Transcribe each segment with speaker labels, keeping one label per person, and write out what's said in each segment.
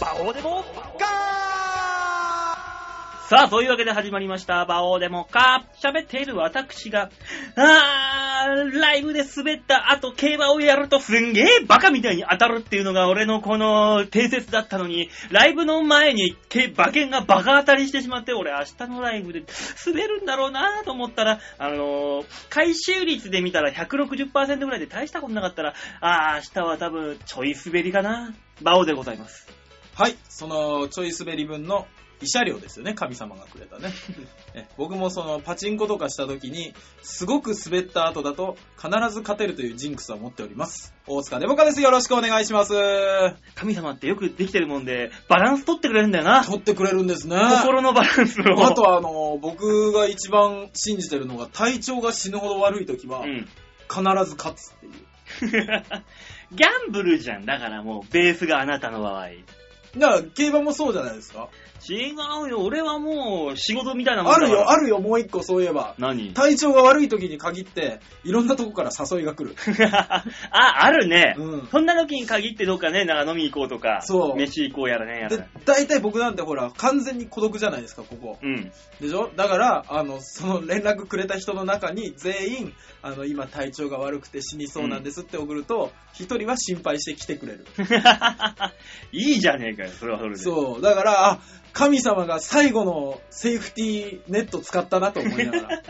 Speaker 1: バオデモガ
Speaker 2: さあ、というわけで始まりました。バオーデモカー。喋っている私が、あー、ライブで滑った後、競馬をやるとすんげーバカみたいに当たるっていうのが俺のこの定説だったのに、ライブの前にけ馬券がバカ当たりしてしまって、俺明日のライブで滑るんだろうなーと思ったら、あのー、回収率で見たら160%ぐらいで大したことなかったら、あー、明日は多分ちょい滑りかな。バオでございます。
Speaker 3: はい、そのちょい滑り分の慰謝料ですよね、神様がくれた ね。え僕もそのパチンコとかした時に、すごく滑った後だと必ず勝てるというジンクスは持っております。大塚デモカです。よろしくお願いします。
Speaker 2: 神様ってよくできてるもんで、バランス取ってくれるんだよな。
Speaker 3: 取ってくれるんですね。あ
Speaker 2: 心のバランスを。
Speaker 3: とはあの、僕が一番信じてるのが体調が死ぬほど悪い時は
Speaker 2: う、ん。
Speaker 3: 必ず勝つっていう。
Speaker 2: ギャンブルじゃん。だからもう、ベースがあなたの場合。違
Speaker 3: だから競馬もそうじゃないですか。
Speaker 2: うよ。俺はもう、仕事みたいなもん
Speaker 3: あるよ、
Speaker 2: あ
Speaker 3: あるよ、もう一個そういえば。
Speaker 2: 何
Speaker 3: 体調が悪い時に限って、いろんなとこから誘いが来る。
Speaker 2: あ、 あるね。
Speaker 3: うん
Speaker 2: そんな時に限ってどっかね、なんか飲み行こうとか、
Speaker 3: そう
Speaker 2: 飯行こうやらね、やら
Speaker 3: で
Speaker 2: ね。、
Speaker 3: 大体僕なんてほら、完全に孤独じゃないですか、ここ。
Speaker 2: うん。
Speaker 3: でしょだから、あの、その連絡くれた人の中に全員、あの、今体調が悪くて死にそうなんですって送ると、一、人は心配して来てくれる。
Speaker 2: いいじゃねえかよ、それはそれで。
Speaker 3: そう。だから、あ、神様が最後のセーフティーネット使ったなと思いな がら。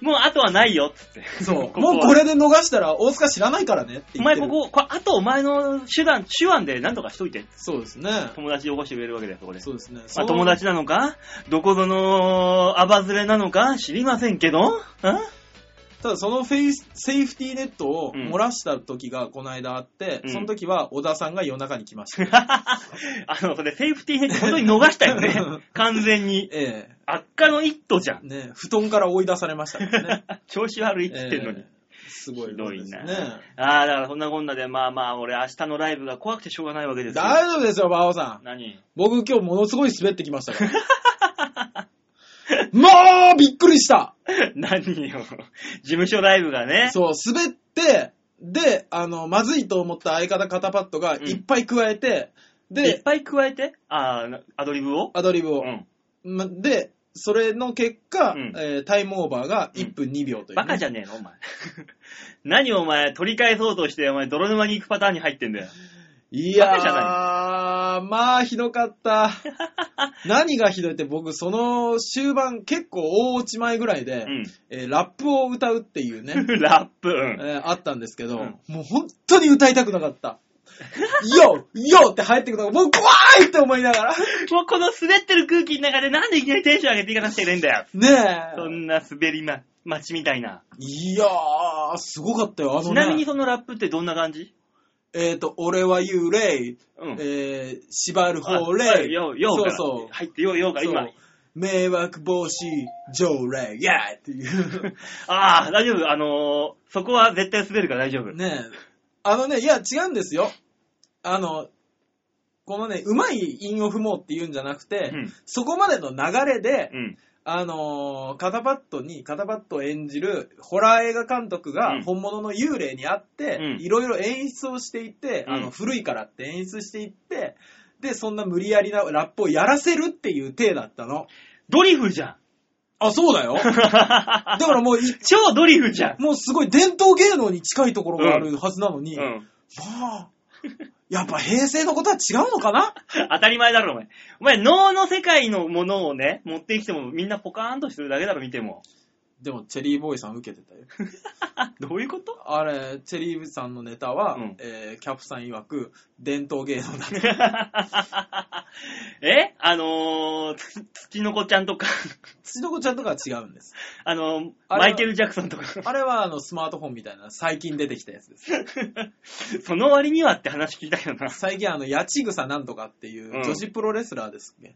Speaker 2: もう、あとはないよ、つって。
Speaker 3: そう。
Speaker 2: こは
Speaker 3: もうこれで逃したら大塚知らないからねって
Speaker 2: お
Speaker 3: 言っ
Speaker 2: 前
Speaker 3: てる。
Speaker 2: ここ、これあとお前の手段、手腕で何とかしといて。
Speaker 3: そうですね。
Speaker 2: 友達を起こしてくれるわけだよ、そこで。
Speaker 3: そうですね。
Speaker 2: ま
Speaker 3: そ
Speaker 2: あ、
Speaker 3: う
Speaker 2: 友達なのかどこぞのアバズレなのか知りませんけどん
Speaker 3: ただそのフェイスセーフティーネットを
Speaker 2: うん
Speaker 3: 漏らした時がこの間あって、
Speaker 2: うん
Speaker 3: その時は小田さんが夜中に来ました。
Speaker 2: あの、それ、セーフティーネット本当に逃した よね。完全に。
Speaker 3: え
Speaker 2: 悪化の一途じゃ
Speaker 3: え
Speaker 2: ん。
Speaker 3: ね、布団から追い出されましたから ね。
Speaker 2: 調子悪いって言ってんのに。
Speaker 3: ええすごい
Speaker 2: ひ
Speaker 3: も
Speaker 2: ど
Speaker 3: んで
Speaker 2: い
Speaker 3: す
Speaker 2: な。
Speaker 3: ね。
Speaker 2: ああ、だからそんなこんなで、まあまあ、俺明日のライブが怖くてしょうがないわけですよ。
Speaker 3: 大丈夫ですよ、馬王さん。
Speaker 2: 何
Speaker 3: 僕今日ものすごい滑ってきまし たから。もうびっくりした
Speaker 2: 何よ。事務所ライブがね。
Speaker 3: そう、滑って、で、あの、まずいと思った相方肩パッドが
Speaker 2: ん
Speaker 3: いっぱい加えて、
Speaker 2: いっ
Speaker 3: で、
Speaker 2: ぱい加えて、ああ、アドリブを
Speaker 3: アドリブを。
Speaker 2: うん。
Speaker 3: まで、それの結果、
Speaker 2: うん
Speaker 3: えータイムオーバーが1分2秒というね、
Speaker 2: バカじゃねえの、お前。 何お前、取り返そうとして、お前、泥沼に行くパターンに入ってんだよ。
Speaker 3: いや
Speaker 2: バカじゃ
Speaker 3: ー、まあ、ひど かった。何がひどいって、僕、その終盤、結構大落ち前ぐらいで、
Speaker 2: うん。
Speaker 3: えーラップを歌うってい うね、
Speaker 2: ラップ、う
Speaker 3: え
Speaker 2: ん。
Speaker 3: ーあったんですけど、
Speaker 2: うん
Speaker 3: もう本当に歌いたくなか った。よよって入ってくのが、もう怖いって思いな がら。
Speaker 2: もうこの滑ってる空気の中でなんでいきなりテンション上げていかなくちゃいけないんだよ。
Speaker 3: ね
Speaker 2: そ
Speaker 3: え。
Speaker 2: んな滑りま、街みたいな。
Speaker 3: いやー、すごかったよ、あの
Speaker 2: ち
Speaker 3: ね。
Speaker 2: なみにそのラップってどんな感じ
Speaker 3: えっ、と、俺は幽霊、
Speaker 2: うん。
Speaker 3: えー、縛る
Speaker 2: あ
Speaker 3: 法
Speaker 2: あ
Speaker 3: 令。
Speaker 2: よう、ようか
Speaker 3: そう
Speaker 2: ら。
Speaker 3: そう。
Speaker 2: 入ってよう、よう から、今
Speaker 3: そう。迷惑防止条例、イェーイっ ていう。
Speaker 2: ああ、大丈夫。あのー、そこは絶対滑るから大丈夫。
Speaker 3: ねえ。あのね、いや、違うんですよ。あの、このね、うまい韻を踏もうっていうんじゃなくて、
Speaker 2: うん
Speaker 3: そこまでの流れで、
Speaker 2: うん。
Speaker 3: あのーカタパッドに、カタパッドを演じるホラー映画監督
Speaker 2: う
Speaker 3: が
Speaker 2: ん
Speaker 3: 本物の幽霊に会って、
Speaker 2: うん
Speaker 3: いろいろ演出をしていって、あ
Speaker 2: うん
Speaker 3: の、古いからって演出していって、で、そんな無理やりなラップをやらせるっていう体だったの。
Speaker 2: ドリフじゃん。
Speaker 3: あ、そうだよ。だからもうい、
Speaker 2: 超ドリフじゃん。
Speaker 3: もうすごい伝統芸能に近いところがあるはずなのに、
Speaker 2: う
Speaker 3: ま
Speaker 2: ん。
Speaker 3: あ、やっぱ平成のことは違うのかな
Speaker 2: 当たり前だろ、お前。お前、脳の世界のものをね、持ってきてもみんなポカーンとしてるだけだろ、見ても。
Speaker 3: でも、チェリーボーイさん受けてたよ。
Speaker 2: どういう こと
Speaker 3: あれ、チェリーさんのネタは、
Speaker 2: うん
Speaker 3: えーキャプさん曰く、伝統芸能だって。
Speaker 2: えあのー、つつちのこちゃんとか、
Speaker 3: 土の子ちゃんとかは違うんです。
Speaker 2: あのー、
Speaker 3: あれ
Speaker 2: マ
Speaker 3: は
Speaker 2: イケル・ジャクソンとか、
Speaker 3: あれは、あの、スマートフォンみたいな、最近出てきたやつです。
Speaker 2: その割にはって話聞いたよ な。
Speaker 3: 最近、あの、八千草なんとかっていうう、
Speaker 2: ん
Speaker 3: 女子プロレスラーですっけ、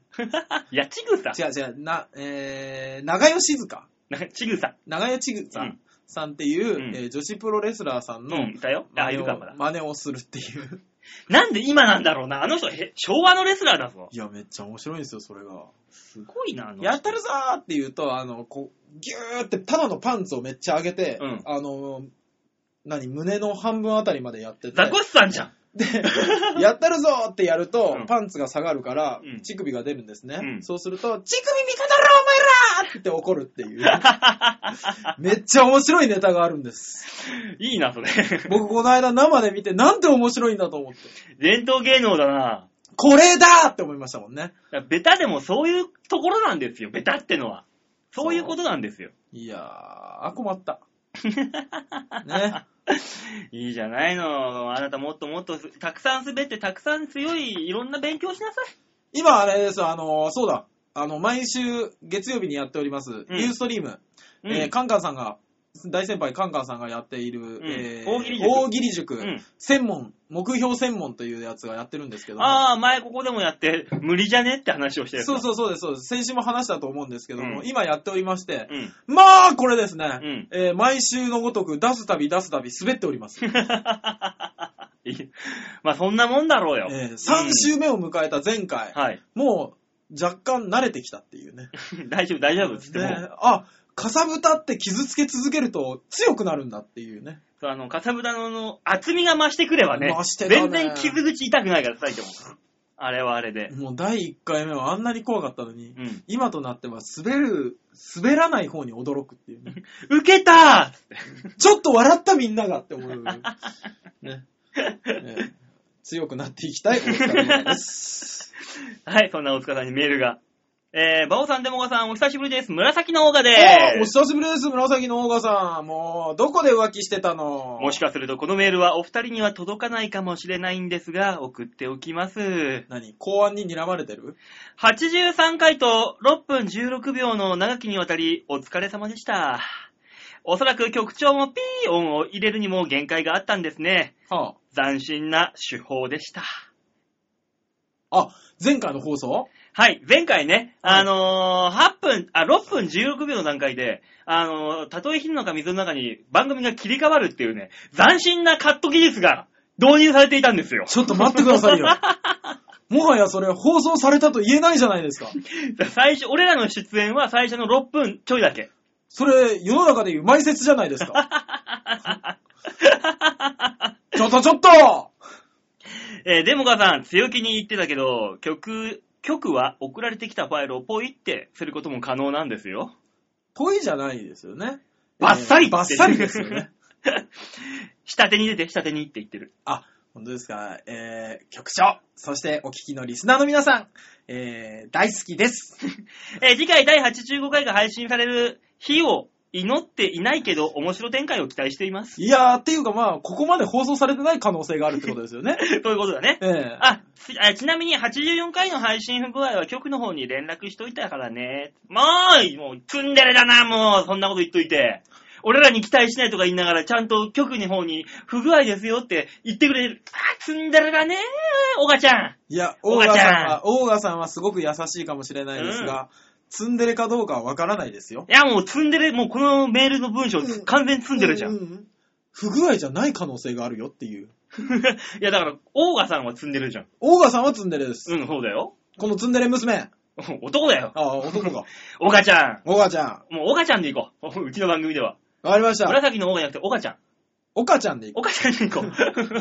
Speaker 2: いや、ちぐさ。
Speaker 3: 違う違う、な、えー、長代静香
Speaker 2: なちぐさ。
Speaker 3: 長代千草
Speaker 2: うん
Speaker 3: さんっていう、
Speaker 2: うん
Speaker 3: えー女子プロレスラーさんの、
Speaker 2: うん、いたよ。あ、いるか、まだ。
Speaker 3: 真似をするっていう。
Speaker 2: なんで今なんだろうな。あの人、へ昭和のレスラーだぞ。
Speaker 3: いや、めっちゃ面白いんですよ、それが。
Speaker 2: すごいな、あの人。
Speaker 3: やったるぞーって言うと、あの、こう、ギューって、ただのパンツをめっちゃ上げて、
Speaker 2: うん
Speaker 3: あの、何、胸の半分あたりまでやって て。
Speaker 2: ザコシさんじゃん。
Speaker 3: で、やったるぞってやると
Speaker 2: う、ん
Speaker 3: パンツが下がるから
Speaker 2: うん、
Speaker 3: 乳首が出るんですね。
Speaker 2: うん
Speaker 3: そうすると、乳首見方ろお前らって怒るって いう。めっちゃ面白いネタがあるんです。
Speaker 2: いいな、それ。
Speaker 3: 僕この間生で見て、なんて面白いんだと思って。
Speaker 2: 伝統芸能だな。
Speaker 3: これだって思いましたもんね。
Speaker 2: だからベタでもそういうところなんですよ。ベタってのは。そういうことなんですよ。
Speaker 3: いやー、あ、困った。ね。
Speaker 2: いいじゃないの。あなたもっともっとたくさん滑って、たくさん強い、いろんな勉強しなさい。
Speaker 3: 今あれです、あの、そうだ。あの、毎週月曜日にやっております、ユーストリーム。
Speaker 2: うん
Speaker 3: えーカンカンさんが、大先輩カンカンさんがやっている、えー
Speaker 2: 大喜利塾
Speaker 3: 大喜利塾、
Speaker 2: うん
Speaker 3: 専門、目標専門というやつがやってるんですけども
Speaker 2: ああ、前ここでもやって、無理じゃねって話をしてる。
Speaker 3: そうそうそうです、そうです。先週も話したと思うんですけども、
Speaker 2: うん
Speaker 3: 今やっておりまして、
Speaker 2: うん。
Speaker 3: まあ、これですね、
Speaker 2: うん
Speaker 3: えー毎週のごとく出すたび出すたび滑っております。
Speaker 2: いいまあそんなもんだろうよ。
Speaker 3: え3週目を迎えた前回、
Speaker 2: うんはい。
Speaker 3: もう若干慣れてきたっていうね。
Speaker 2: 大丈夫、大丈夫っつっても。
Speaker 3: ねあ、かさぶたって傷つけ続けると強くなるんだっていうね。
Speaker 2: そうあの、かさぶたのあの厚みが増してくればね、
Speaker 3: 増してたね
Speaker 2: 全然傷口痛くないから、最ても。あれはあれで。
Speaker 3: もう第1回目はあんなに怖かったの
Speaker 2: う
Speaker 3: に、
Speaker 2: ん。
Speaker 3: 今となっては滑る、滑らない方に驚くっていうね。
Speaker 2: 受けた
Speaker 3: ちょっと笑ったみんながって思う。ね。ね強くなっていきたいお二人です。
Speaker 2: はい、そんな大塚さんにメールが。えー、バオさん、デモガさん、お久しぶりです。紫のオーガで
Speaker 3: おお
Speaker 2: す。
Speaker 3: 久しぶりです、紫のオーガさん。もう、どこで浮気してたの
Speaker 2: もしかすると、このメールはお二人には届かないかもしれないんですが、送っておきます。
Speaker 3: 何公安に睨まれてる
Speaker 2: 83回と6分16秒の長きにわたりお疲れ様でした。おそらく曲調もピー音を入れるにも限界があったんですね。
Speaker 3: は
Speaker 2: 斬新な手法でした。
Speaker 3: あ。あ、前回の放送
Speaker 2: はい、前回ね、
Speaker 3: はい
Speaker 2: あのー、8分、あ、6分16秒の段階で、あのー、たとえ火の中水の中に番組が切り替わるっていうね、斬新なカット技術が導入されていたん ですよ。
Speaker 3: ちょっと待ってくださいよ。 もはやそれ放送されたと言えないじゃないですか。
Speaker 2: 最初、俺らの出演は最初の6分ちょいだけ。
Speaker 3: それ、世の中で言う埋設じゃないですか。 ちょっとちょっと
Speaker 2: えーデモカさん、強気に言ってたけど、曲、曲は送られてきたファイルをポイってすることも可能なんですよ。
Speaker 3: ぽいじゃないですよね。
Speaker 2: バッサリ
Speaker 3: えーバッサリですよね。
Speaker 2: 下手に出て、下手にって言ってる。
Speaker 3: あ、 本当ですか。えー、局長、そしてお聞きのリスナーの皆さん、えー、大好きです。
Speaker 2: えー次回第85回が配信される日を祈っていないけど、面白展開を期待しています。
Speaker 3: いやー、っていうかまあ、ここまで放送されてない可能性があるってことです よね。
Speaker 2: ということだね。
Speaker 3: えー、
Speaker 2: あ、ちあちなみに84回の配信不具合は局の方に連絡しといたからね。もう、もう、ツンデレだな、もう、そんなこと言っといて。俺らに期待しないとか言いながら、ちゃんと局の方に不具合ですよって言ってくれる。あ、ツンデレだね、オガちゃん。
Speaker 3: いや、オ
Speaker 2: オ
Speaker 3: ー
Speaker 2: ー
Speaker 3: ガ
Speaker 2: ガち
Speaker 3: さ
Speaker 2: ゃん
Speaker 3: んは、オーガさんはすごく優しいかもしれないですが、ツンデレかどうかはわからないですよ。
Speaker 2: いや、もうツンデレ、もうこのメールの文章、完全にツンデレじゃ。
Speaker 3: うんうう不具合じゃない可能性があるよっていう。
Speaker 2: いや、だから、オーガさんはツンデレじゃん。
Speaker 3: オーガさんはツンデレです。
Speaker 2: うん、そうだよ。
Speaker 3: このツンデレ娘。
Speaker 2: 男だよ。
Speaker 3: ああ、男 か。
Speaker 2: オガちゃ
Speaker 3: オガちゃん。
Speaker 2: ん。もうオガちゃんでいこう。 うちの番組では。
Speaker 3: わかりました。
Speaker 2: 紫のオガじゃなくて、オガちゃん。
Speaker 3: オカちゃんでいこ
Speaker 2: おかしなにこう。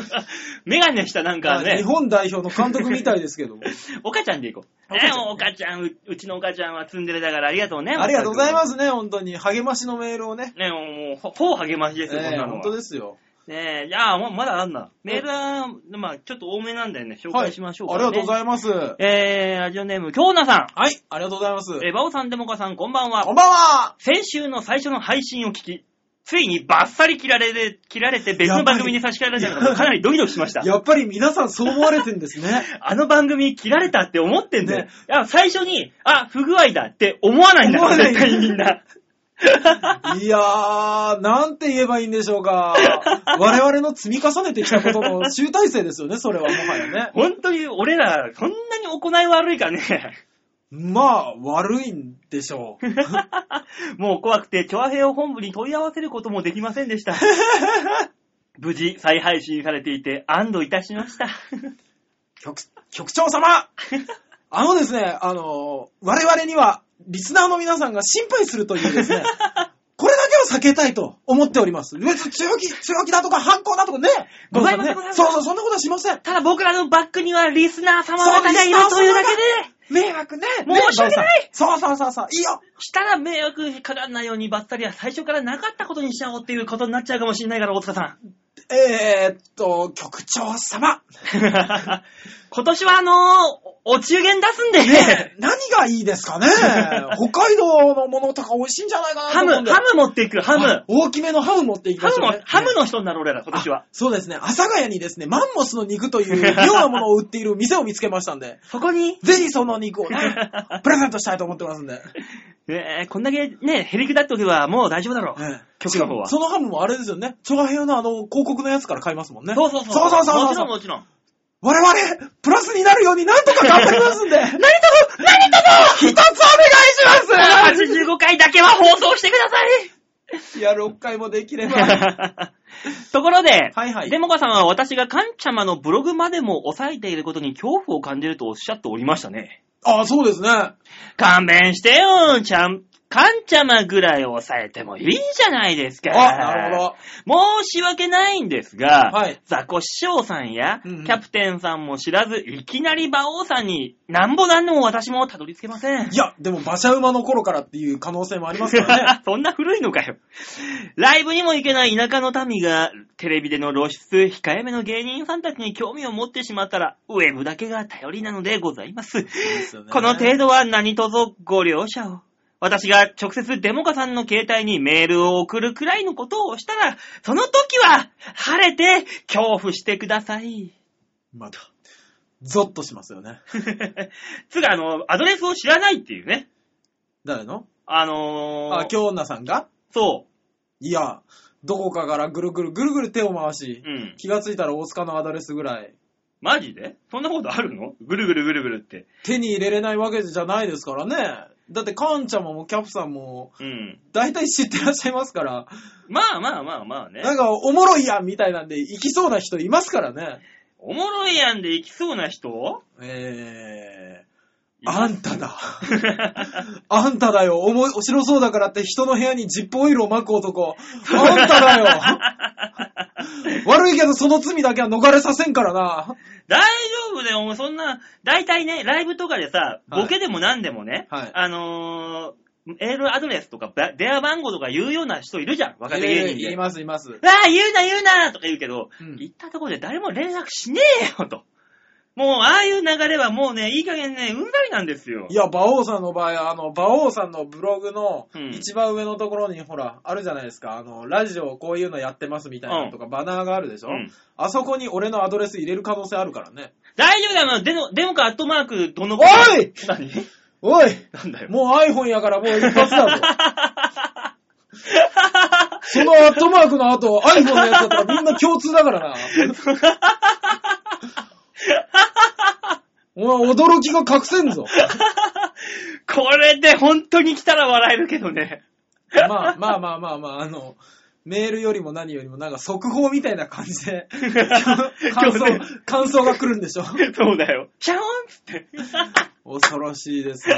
Speaker 2: メガネしたなん
Speaker 3: う。
Speaker 2: か
Speaker 3: 日
Speaker 2: ね、
Speaker 3: 本代表の監督みたいですけど も。
Speaker 2: おかちゃんでいこう。
Speaker 3: 岡ちゃ
Speaker 2: ね
Speaker 3: ん
Speaker 2: おかちゃん、ううちのおかちゃんはツンデレだからありがとうね。。
Speaker 3: ありがとうございますすね、本当に。励ましのメールをね。
Speaker 2: ねもう、ほほう励ましですよ、こん
Speaker 3: ええ
Speaker 2: なの
Speaker 3: 本当
Speaker 2: は。
Speaker 3: ですよ。
Speaker 2: ねいやままだあんな。メールは、まあちょっと多めなんだよね、紹
Speaker 3: は
Speaker 2: 介
Speaker 3: い
Speaker 2: しましょうか、
Speaker 3: あ
Speaker 2: ね
Speaker 3: りがとうございます。は
Speaker 2: えー、ラジオネーム、京奈さ
Speaker 3: い、ありがとうございます。
Speaker 2: ん。えー、バオさん、デモカさん、こんばん
Speaker 3: こ
Speaker 2: は。
Speaker 3: んばんは
Speaker 2: 先週の最初の配信を聞き、ついにバッサリ切られて、切られて別の番組に差し替えられたのがかなりドキドキしました。
Speaker 3: やっぱり皆さんそう思われてんですね。
Speaker 2: あの番組切られたって思ってんだよ。
Speaker 3: ね
Speaker 2: いや、最初に、あ、不具合だって思わないんだ
Speaker 3: 思わ
Speaker 2: よ、
Speaker 3: ない
Speaker 2: 絶対みんな。
Speaker 3: いやー、なんて言えばいいんでしょうか。我々の積み重ねてきたことの集大成ですよね、それはもはやね。
Speaker 2: 本当に俺ら、そんなに行い悪いから ね。
Speaker 3: まあ、悪いんでしょう。
Speaker 2: もう怖くて、チョアヘオ本部に問い合わせることもできませんでした。無事、再配信されていて、安堵いたしました。
Speaker 3: 局、局長様あのですね、あの、我々には、リスナーの皆さんが心配するというですね、これだけは避けたいと思っております。別に強気、強気だとか反抗だとかね。
Speaker 2: ございません
Speaker 3: どうか
Speaker 2: ございません
Speaker 3: ねそうそう、そんなことはしません。
Speaker 2: ただ僕らのバックにはリスナー様
Speaker 3: そう
Speaker 2: 方がいるというだけで、
Speaker 3: 迷惑ね。
Speaker 2: 申し訳ない
Speaker 3: ねそうそうそうそう。いいよ。
Speaker 2: したら迷惑かかんないようにバッタリは最初からなかったことにしちゃおうっていうことになっちゃうかもしれないから、大塚さん。
Speaker 3: えー、っと、局長様。
Speaker 2: 今年はあのーおお中元出すんで、
Speaker 3: ねえ、何がいいで すかね北海道のものとか美味しいんじゃないかなと
Speaker 2: ハム、
Speaker 3: 思
Speaker 2: ハ
Speaker 3: うんで。
Speaker 2: ム持っていく、ハム。
Speaker 3: あ大きめのハム持っていき
Speaker 2: ハ
Speaker 3: まし
Speaker 2: ム
Speaker 3: ょう、
Speaker 2: も、
Speaker 3: ね。
Speaker 2: ハムの人になる俺ら、今年は
Speaker 3: あ。。そうですね。阿佐ヶ谷にですね、マンモスの肉という妙なものを売っている店を見つけました んで、
Speaker 2: そこに、
Speaker 3: ぜひその肉 をね、プレゼントしたいと思ってますんで。
Speaker 2: えーこんだけね、へりくだっておけばもう大丈夫だろう。
Speaker 3: ええ
Speaker 2: 曲の方は
Speaker 3: そのハムもあれですよね。チョアヘヨのあの、広告のやつから買いますもんね。
Speaker 2: そうそうそう。
Speaker 3: そうそうそう
Speaker 2: もち
Speaker 3: そ
Speaker 2: ろ
Speaker 3: うん
Speaker 2: もちろん。
Speaker 3: 我々、プラスになるようになんとか頑張りますんで。何とぞ、何とぞ一つお 願いしま
Speaker 2: 85回だけは放送してくだ
Speaker 3: すいや、6回もできれば。
Speaker 2: さい ところで、
Speaker 3: はいはい
Speaker 2: デモカさんは私がカンちゃまのブログまでも抑えていることに恐怖を感じるとおっしゃっておりましたね。
Speaker 3: あ、そうですね。
Speaker 2: 勘弁してよ、ちゃん、カンちゃまぐらい抑えてもいいじゃないです
Speaker 3: あ、
Speaker 2: か。
Speaker 3: なるほど。
Speaker 2: 申し訳ないんですが、
Speaker 3: はい
Speaker 2: ザコ師匠さんや、
Speaker 3: うんうん
Speaker 2: キャプテンさんも知らず、いきなり馬王さんに、なんぼなんでも私もたどり着けません
Speaker 3: い。や、でも馬車馬の頃からっていう可能性もありますから ね。
Speaker 2: そんな古いのかよ。ライブにも行けない田舎の民が、テレビでの露出控えめの芸人さんたちに興味を持ってしまったら、ウェブだけが頼りなのでございます。
Speaker 3: ですよね
Speaker 2: この程度は何卒ご了承を。私が直接デモカさんの携帯にメールを送るくらいのことをしたら、その時は晴れて恐怖してください。
Speaker 3: また、ゾッとしますよね。
Speaker 2: つうか、あの、アドレスを知らないっていうね。
Speaker 3: 誰の
Speaker 2: あのー、
Speaker 3: あ、京女さんが
Speaker 2: そ
Speaker 3: いや、どこかからぐるぐるぐるぐる手を回し
Speaker 2: う。、うん。
Speaker 3: 気がついたら大塚のアドレスぐらい、
Speaker 2: マジでそんなことあるのぐるぐるぐるぐるって。
Speaker 3: 手に入れれないわけじゃないですからね。だって、カンちゃんもキャプさんも、
Speaker 2: うん。
Speaker 3: 大体知ってらっしゃいますから、
Speaker 2: まあまあまあまあね。
Speaker 3: なんか、おもろいやんみたいなんで、行きそうな人いますからね。
Speaker 2: おもろいやんで行きそうな人
Speaker 3: えー、あんただ。 あんただよ。おも、面白そうだからって人の部屋にジップオイルを巻く男。あんただ よ。悪いけど、その罪だけは逃れさせんからな。
Speaker 2: 大丈夫だよ、お前そんな、大体ね、ライブとかでさ、
Speaker 3: はい
Speaker 2: ボケでも何でもね、
Speaker 3: はい
Speaker 2: あのー、メールアドレスとか、ば電話番号とか言うような人いるじゃん、若手芸人
Speaker 3: い
Speaker 2: で。
Speaker 3: います、います。
Speaker 2: ああ、言うな、言うなとか言うけど、
Speaker 3: うん
Speaker 2: 言ったところで誰も連絡しねえよと。もう、ああいう流れはもうね、いい加減ね、うんざりなんですよ
Speaker 3: い。や、馬王さんの場合、あの、馬王さんのブログの
Speaker 2: うん
Speaker 3: 一番上のところに、ほら、あるじゃないですか、あの、ラジオこういうのやってますみたいなのとか、バナーがあるでしょ、
Speaker 2: うん
Speaker 3: あそこに俺のアドレス入れる可能性あるからね。
Speaker 2: 大丈夫だよ、デモデモカアットマーク、どの子
Speaker 3: おい
Speaker 2: 何
Speaker 3: おい
Speaker 2: なんだよ。
Speaker 3: もう iPhone やからもう一発 だぞ。そのアットマークの後、iPhone のやつだったらみんな共通だ からな。お前、驚きが隠せんぞ。
Speaker 2: これで本当に来たら笑えるけどね。
Speaker 3: まあまあまあまあまあ、あの、メールよりも何よりもなんか速報みたいな 感じ で、感
Speaker 2: 今日ね
Speaker 3: 想、感想が来るんでしょ
Speaker 2: そうだよ。シャオンっつって。
Speaker 3: 恐ろしいですね。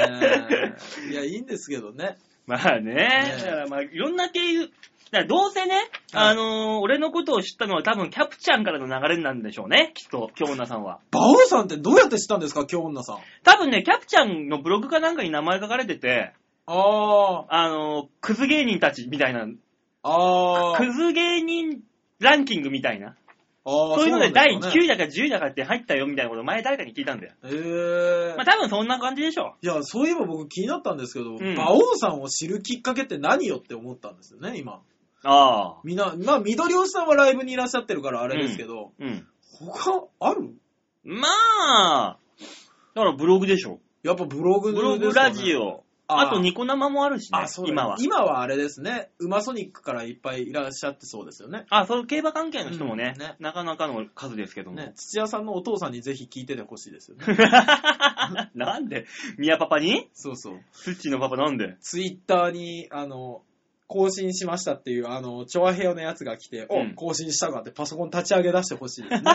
Speaker 3: いや、いいんですけどね。
Speaker 2: まあね
Speaker 3: ね、
Speaker 2: だからまあ、いろんな経由、だからどうせね、あのー俺のことを知ったのは多分キャプちゃんからの流れなんでしょうね、きっと、京女さんは。
Speaker 3: バオさんってどうやって知ったんですか、京女さん。
Speaker 2: 多分ね、キャプちゃんのブログかなんかに名前書かれてて、
Speaker 3: あー、
Speaker 2: あのークズ芸人たちみたいな、
Speaker 3: あー
Speaker 2: ク、ズ芸人ランキングみたいな。
Speaker 3: あー
Speaker 2: そういうので第9
Speaker 3: 位。
Speaker 2: 位だか10位だかって入ったよみたいなことを前誰かに聞いたんだよ。
Speaker 3: えー
Speaker 2: まあ多分そんな感じでしょ
Speaker 3: いや、そういえば僕気になったんですけど、
Speaker 2: ん
Speaker 3: 馬王さんを知るきっかけって何よって思ったんですよね、今。
Speaker 2: う。ああ。
Speaker 3: みんな、まあ、緑押さんはライブにいらっしゃってるからあれですけど、
Speaker 2: うん。
Speaker 3: 他ある
Speaker 2: まあ、だからブログでしょ。
Speaker 3: やっぱブログ
Speaker 2: ブ
Speaker 3: です
Speaker 2: ロ
Speaker 3: かね
Speaker 2: グ、ラジオ。
Speaker 3: あ
Speaker 2: あとニコ生もあるしね
Speaker 3: あ、そう、だ
Speaker 2: 今は。
Speaker 3: 今はあれですね、ウマソニックからいっぱいいらっしゃってそうですよね。
Speaker 2: あ、そう、競馬関係の人もね
Speaker 3: うんね、
Speaker 2: なかなかの数ですけども。
Speaker 3: ね、土屋さんのお父さんにぜひ聞いててほしいですよね。
Speaker 2: なんで宮パパに
Speaker 3: そうそう。
Speaker 2: スッチーのパパなん で
Speaker 3: ツイッターに、あの、更新しましたっていう、あの、チョアヘヨのやつが来て、
Speaker 2: うん
Speaker 3: お、更新 したかってパソコン立ち上げ出してほしいですね。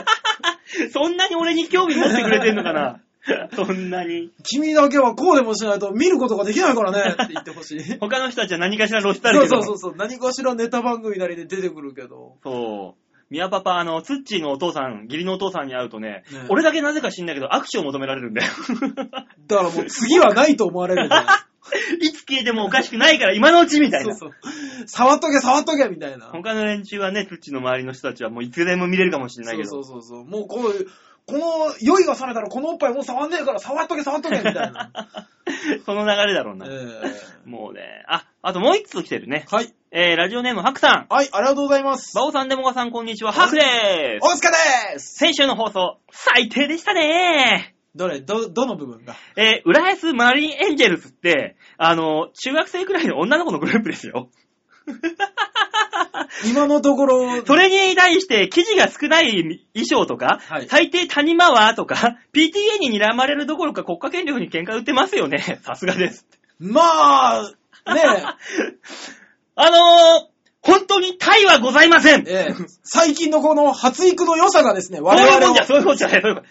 Speaker 2: そんなに俺に興味持ってくれてんのかな そんなに。
Speaker 3: 君だけはこうでもしないと見ることができないからね って言ってほしい。そ
Speaker 2: 他の人たちは何かしら露出ある
Speaker 3: う
Speaker 2: けど。
Speaker 3: そうそうそう。何かしらネタ番組なりで出てくるけど。
Speaker 2: そう。宮パパ、あの、ツッチーのお父さん、義理のお父さんに会うとね、
Speaker 3: ね
Speaker 2: 俺だけなぜか知んないけど、握手を求められるんだよ。
Speaker 3: だからもう次はないと思われる んだよ。
Speaker 2: いつ消えてもおかしくないから、今のうちみたいな。
Speaker 3: そうそう。触っとけ、触っとけ、みたいな。
Speaker 2: 他の連中はね、ツッチーの周りの人たちはもういつでも見れるかもしれないけど。
Speaker 3: そうそうそうそう。もうこの、この酔いが冷めたらこのおっぱいもう触んねえから触っとけ、触っとけ、みたい な。
Speaker 2: その流れだろう
Speaker 3: え
Speaker 2: な。
Speaker 3: ー
Speaker 2: もうね、あ、あともう一つ来てるね。
Speaker 3: はい。
Speaker 2: えー、ラジオネーム、ハクさん。
Speaker 3: はい、ありがとうございます。
Speaker 2: バオさん、デモカさん、こんにちは。ハクで。
Speaker 3: お疲れですす
Speaker 2: 先週の放送、最低でしたね
Speaker 3: どれ、ど、どの部分が
Speaker 2: えー、浦安マリンエンジェルスって、あの、中学生くらいの女の子のグループですよ。
Speaker 3: 今のとこ ろ、
Speaker 2: それに対して、記事が少ない衣装とか、
Speaker 3: はい
Speaker 2: 最低谷間はとか、PTA に睨まれるどころか国家権力に喧嘩売ってますよね。 さすがです。
Speaker 3: まあ、 ね
Speaker 2: あのー、本当にタイはございません
Speaker 3: え、ええ最近のこの発育の良さがですね、
Speaker 2: そう
Speaker 3: 我
Speaker 2: いうもん
Speaker 3: 々を
Speaker 2: じゃ、。そういうもんじゃない。そういうもん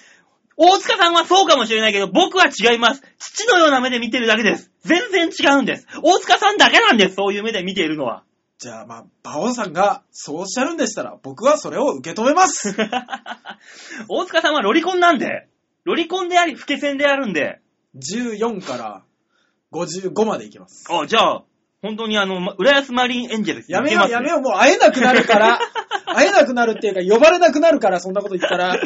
Speaker 2: 大塚さんはそうかもしれないけど、僕は違います。父のような目で見てるだけです。全然違うんです。大塚さんだけなんです。そういう目で見ているのは。
Speaker 3: じゃあまあ、バオさんがそうおっしゃるんでしたら、僕はそれを受け止めます。
Speaker 2: 大塚さんはロリコンなんで。ロリコンであり、老け線であるんで。
Speaker 3: 14から55までいきます。
Speaker 2: あ、じゃあ、本当にあの、ま浦安マリンエンジェルス。
Speaker 3: やめよう、やめ
Speaker 2: よ
Speaker 3: よう、もう会えなくなる から、会えなくなるっていうか、呼ばれなくなるから、そんなこと言 ったら、あ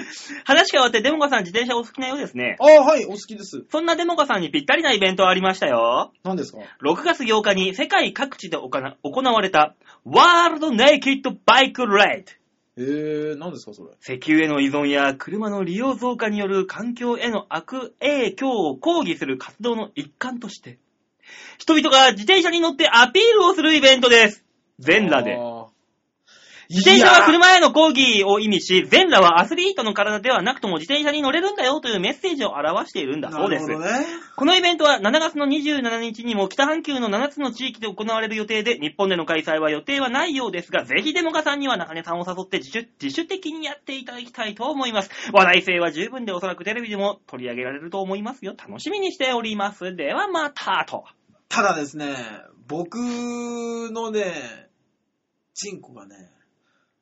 Speaker 2: 話変わってデモカさん自転車お好きなようですね。
Speaker 3: あ、はい、お好きです。
Speaker 2: そんなデモカさんにぴったりなイベントありましたよ。
Speaker 3: 何ですか
Speaker 2: 6月8日に世界各地で行な行われたワールドネイキッドバイクレイド。
Speaker 3: えー、何ですか、それ。
Speaker 2: 石油への依存や車の利用増加による環境への悪影響を抗議する活動の一環として、人々が自転車に乗ってアピールをするイベントです。全裸で。
Speaker 3: あー。
Speaker 2: 自転車はい
Speaker 3: や
Speaker 2: 車への抗議を意味し、全裸はアスリートの体ではなくとも自転車に乗れるんだよというメッセージを表しているんだ
Speaker 3: ー
Speaker 2: そうです。
Speaker 3: なるほどね。
Speaker 2: このイベントは7月の27日にも北半球の7つの地域で行われる予定で、日本での開催は予定はないようですが、ぜひデモカさんには中根さんを誘って自主自主的にやっていただきたいと思います。話題性は十分でおそらくテレビでも取り上げられると思いますよ。楽しみにしております。ではまた、と。
Speaker 3: ただですね、僕のね、チンコがね、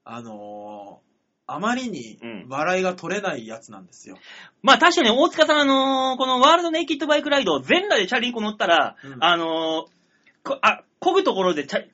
Speaker 3: あのーあまりに
Speaker 2: うん
Speaker 3: 笑いが取れないやつなんですよ。
Speaker 2: まあ確かに大塚さん、あのーこのワールドネイキッドバイクライド、全裸でチャリンコ乗ったら、
Speaker 3: うん
Speaker 2: あのーこあ、漕ぐところでチャリ、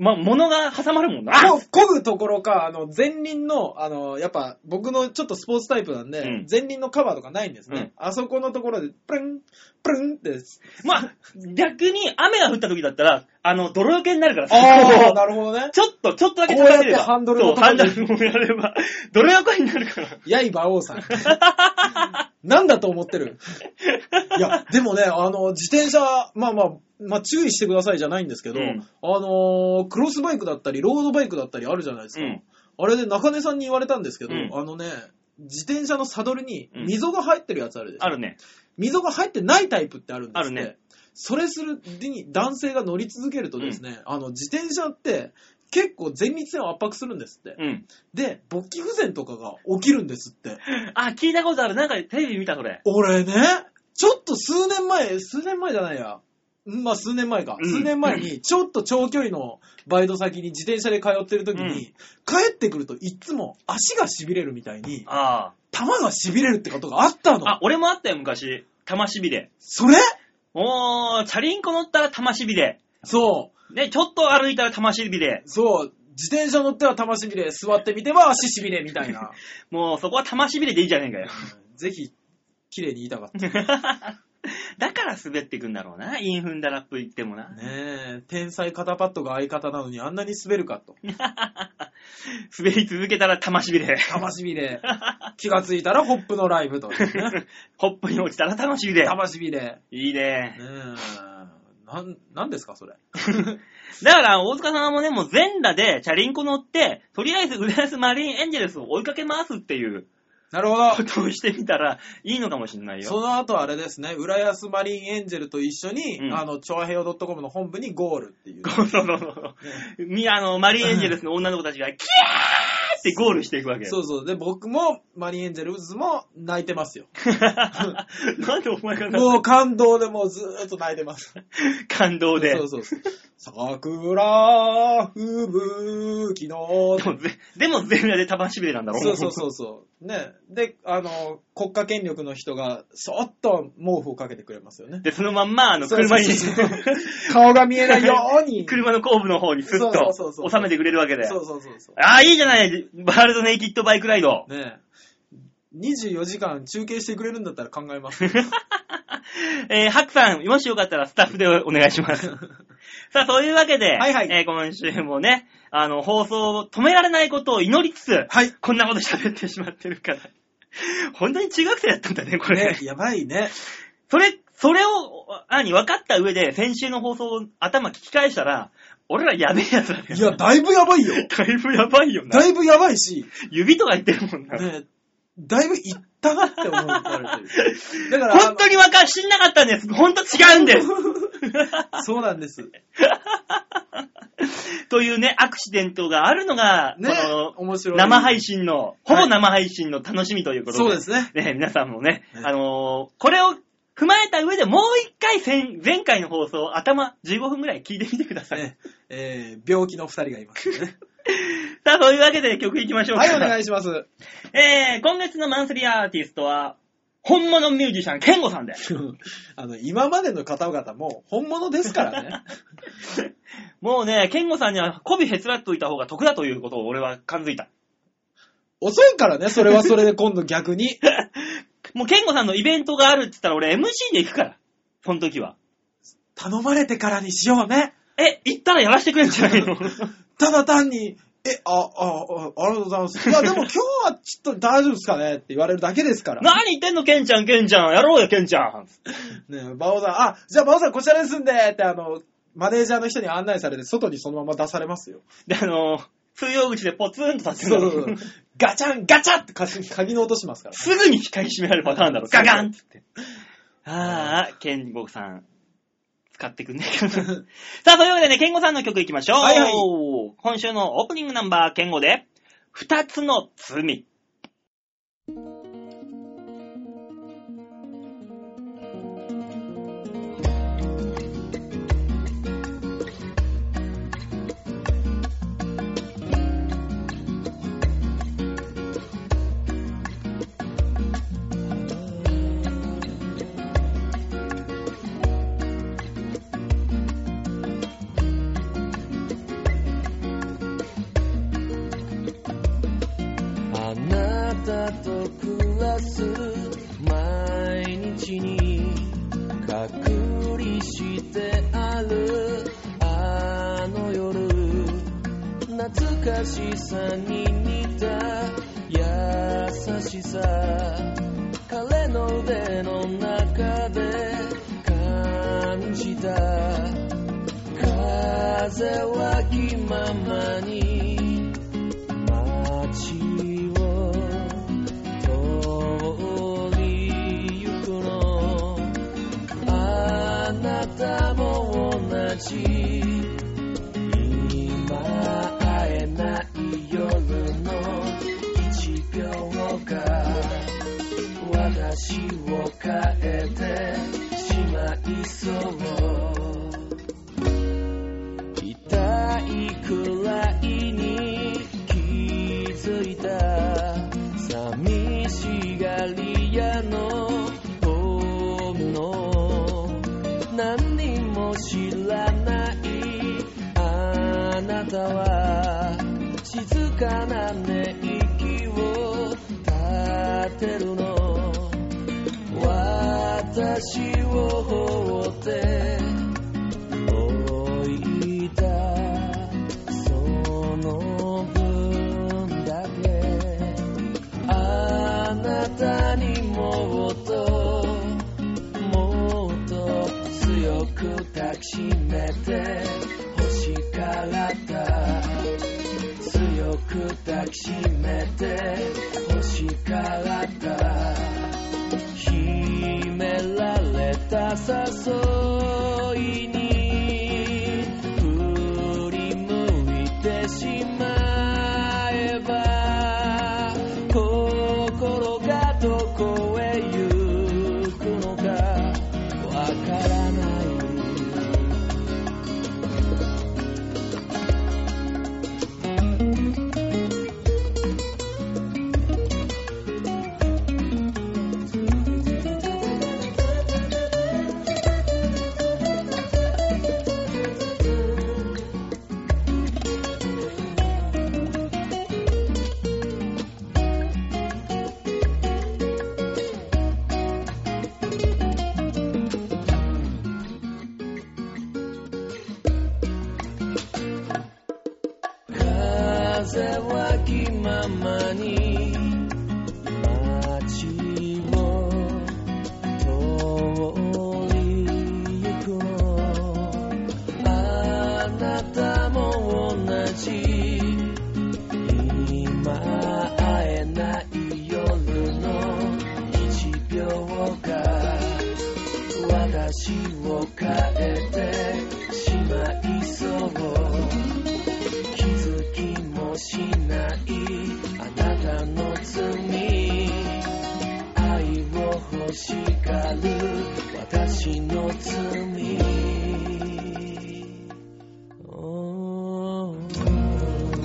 Speaker 2: ま、物が挟まるもんな。
Speaker 3: こ漕ぐところか、あの、前輪の、あの、やっぱ、僕のちょっとスポーツタイプなんで、
Speaker 2: うん
Speaker 3: 前輪のカバーとかないんですね。あそこのところで、プルン、プルンって。
Speaker 2: まあ、逆に雨が降った時だったら、あの、泥除けになるから
Speaker 3: ああ、
Speaker 2: さ、
Speaker 3: なるほどね。
Speaker 2: ちょっと、ちょっとだけ叩ければ
Speaker 3: こうやってハンドルを
Speaker 2: そうハンド
Speaker 3: 叩いて
Speaker 2: ルをやれば、泥除けになるから。
Speaker 3: やい、馬王さん。なんだと思ってるいや、でもね、あの、自転車、まあまあ、まあ注意してくださいじゃないんですけど、
Speaker 2: うん
Speaker 3: あのークロスバイクだったり、ロードバイクだったりあるじゃないですか。
Speaker 2: うん
Speaker 3: あれで中根さんに言われたんですけど、
Speaker 2: うん
Speaker 3: あのね、自転車のサドルに
Speaker 2: うん
Speaker 3: 溝が入ってるやつあるでしょ、
Speaker 2: あるね。
Speaker 3: 溝が入ってないタイプってあるんですって
Speaker 2: あるね
Speaker 3: それするに男性が乗り続けるとですね、あの自転車って結構前立腺を圧迫するんですって、
Speaker 2: うん。
Speaker 3: で勃起不全とかが起きるんですって
Speaker 2: あ、聞いたことある。なんかテレビ見た、それ。
Speaker 3: 俺ねちょっと数年前数年前じゃないやうんまあ数年前か、
Speaker 2: うん
Speaker 3: 数年前にちょっと長距離のバイト先に自転車で通ってる時に、
Speaker 2: うん
Speaker 3: 帰ってくるといっつも足が痺れるみたいに
Speaker 2: あ
Speaker 3: 玉が痺れるってことがあったの
Speaker 2: あ。あ、俺もあったよ、昔。玉しびれ。
Speaker 3: それ
Speaker 2: おー、チャリンコ乗ったら玉しびれ。
Speaker 3: そう
Speaker 2: ね、ちょっと歩いたら玉しびれ。
Speaker 3: そう、自転車乗っては玉しびれ、座ってみては足しびれみたい な。
Speaker 2: もうそこは玉しびれでいいじゃねえかよ。
Speaker 3: ぜひ、綺麗に言いたかった。
Speaker 2: だから踏ってくんだろうな。インフンダラップ行ってもな。
Speaker 3: ねえ、天才肩パッドが相方なのにあんなに滑るかと。
Speaker 2: 滑り続けたら玉しびれ。
Speaker 3: 玉し びれ。気がついたらホップのライブと。ね
Speaker 2: ホップに落ちたら玉しびれ。
Speaker 3: 玉しびれ。
Speaker 2: いい
Speaker 3: ね
Speaker 2: ね。
Speaker 3: え、なん、なんですかそれ。
Speaker 2: だから、大塚さんもね、もう全裸でチャリンコ乗って、とりあえず浦安マリンエンジェルスを追いかけ回すっていう
Speaker 3: なるほど
Speaker 2: こ。とをしてみたら、いいのかもしれない
Speaker 3: そ
Speaker 2: よ。
Speaker 3: の後あれですね、浦安マリンエンジェルと一緒に、
Speaker 2: うん
Speaker 3: あの、チョアヘオ .com の本部にゴールっていう。
Speaker 2: そうそうそうそう。み、あの、マリンエンジェルスの女の子たちが、キャーってゴールしていくわけ。
Speaker 3: そうそう。で、僕も、マリーエンジェルズも泣いて ますよ。
Speaker 2: なんでお前が
Speaker 3: もう感動でもうずーっと泣いてます。
Speaker 2: 感動で。
Speaker 3: そうそうそう。桜吹雪の
Speaker 2: で。もぜでも全裸で束しびれなんだろ
Speaker 3: そうそうそうそう。ね。で、あの、国家権力の人が、そっと毛布をかけてくれます よね。
Speaker 2: で、そのまんま、あの、
Speaker 3: そう
Speaker 2: 車に、
Speaker 3: そうそうそう顔が見えないよう に。
Speaker 2: 車の後部の方にスッ
Speaker 3: そうそうそうそ
Speaker 2: と
Speaker 3: う
Speaker 2: 収めてくれるわけで。
Speaker 3: そうそうそうそう。
Speaker 2: ああ、いいじゃない、ワールドネイキッドバイクライド。
Speaker 3: ねえ。24時間中継してくれるんだったら考 えます。ね
Speaker 2: えー、ハクさん、もしよかったらスタッフでお願いし ます。さあ、そういうわけで、
Speaker 3: はいはい
Speaker 2: えー今週もね、あの、放送を止められないことを祈りつつ、
Speaker 3: はい
Speaker 2: こんなこと喋ってしまってるから。本当に中学生だったんだね、これ。
Speaker 3: やば いね。
Speaker 2: それ、それを、何、分かった上で、先週の放送を頭聞き返したら、俺らやべえやつだね。
Speaker 3: いや、だいぶやばいよ。
Speaker 2: だいぶやばいよ な
Speaker 3: だ。いぶやばい し、
Speaker 2: 指とか言ってるもんな。
Speaker 3: ねえ、だいぶいったなって思われてる。だから、
Speaker 2: 本当にわか、知んなかったんです。本当違うんです。
Speaker 3: あの そうなんです。ね
Speaker 2: というね、アクシデントがあるのが、こ
Speaker 3: 面白
Speaker 2: の
Speaker 3: い。
Speaker 2: 生配信の、ほぼ生配信の楽しみということで。
Speaker 3: そうですね。
Speaker 2: ね、皆さんもね、
Speaker 3: ね
Speaker 2: あのーこれを踏まえた上でもう一回前、前回の放送、頭15分ぐらい聞いてみてください。
Speaker 3: ねえー病気の二人がいますね。
Speaker 2: さあ、そういうわけで曲いきましょうか。
Speaker 3: はい、お願いします。
Speaker 2: えー、今月のマンスリーアーティストは、本物ミュージシャン、ケンゴさんで。
Speaker 3: あの、今までの方々も本物ですか らね。
Speaker 2: もうね、ケンゴさんには媚びへつらっといた方が得だということを俺は感づいた。
Speaker 3: 遅いからね、それはそれで今度逆に。
Speaker 2: もうケンゴさんのイベントがあるって言ったら俺 MC で行くから。その時は。
Speaker 3: 頼まれてからにしようね。
Speaker 2: え、行ったらやらせてくれんじゃない の
Speaker 3: ただ単に、え、あ、あ、あありがとうございます。い や、でも今日はちょっと大丈夫ですかねって言われるだけですから。ね
Speaker 2: 何言ってんのケンちゃん、ケンちゃん。やろうよ、ケンちゃん。
Speaker 3: え、バオさん、あ、じゃあバオさんこちらですんで、ってあの、マネージャーの人に案内されて、外にそのまま出されますよ。
Speaker 2: で、あのー通用口でポツンと立って
Speaker 3: そう
Speaker 2: る
Speaker 3: そ
Speaker 2: の
Speaker 3: うそう。 ガチャン、ガチャンって鍵鍵の音しますから。
Speaker 2: すぐに光り締められるパターンだろ。ガガンっつって。ああ、ケンゴさん、使ってくんねえかな。さあ、というわけでね、ケンゴさんの曲いきましょう。
Speaker 3: はいはい
Speaker 2: 今週のオープニングナンバー、ケンゴで、二つの罪。
Speaker 1: あなたと暮らす毎日に隔離してあるあの夜懐かしさに似た優しさ彼の腕の中で感じた風は気ままに街を通り行くのあなたも同じ今会えない夜の一秒が私を変えてしまいそう痛いくらいに気づいた寂しがり屋の僕の何にも知らないあなたは静かな寝息を立てるの私を放って置いたその分だけあなたにもっともっと強く抱きしめて欲しからだ強く抱きしめて欲しからだ秘められた誘いに振り向いてしまえば風は気ままに街を通り行こうあなたも同じ今会えない夜の1秒が私を変えてしまいそう気づきもしないあなたの罪愛を欲しがる私の罪 Oh.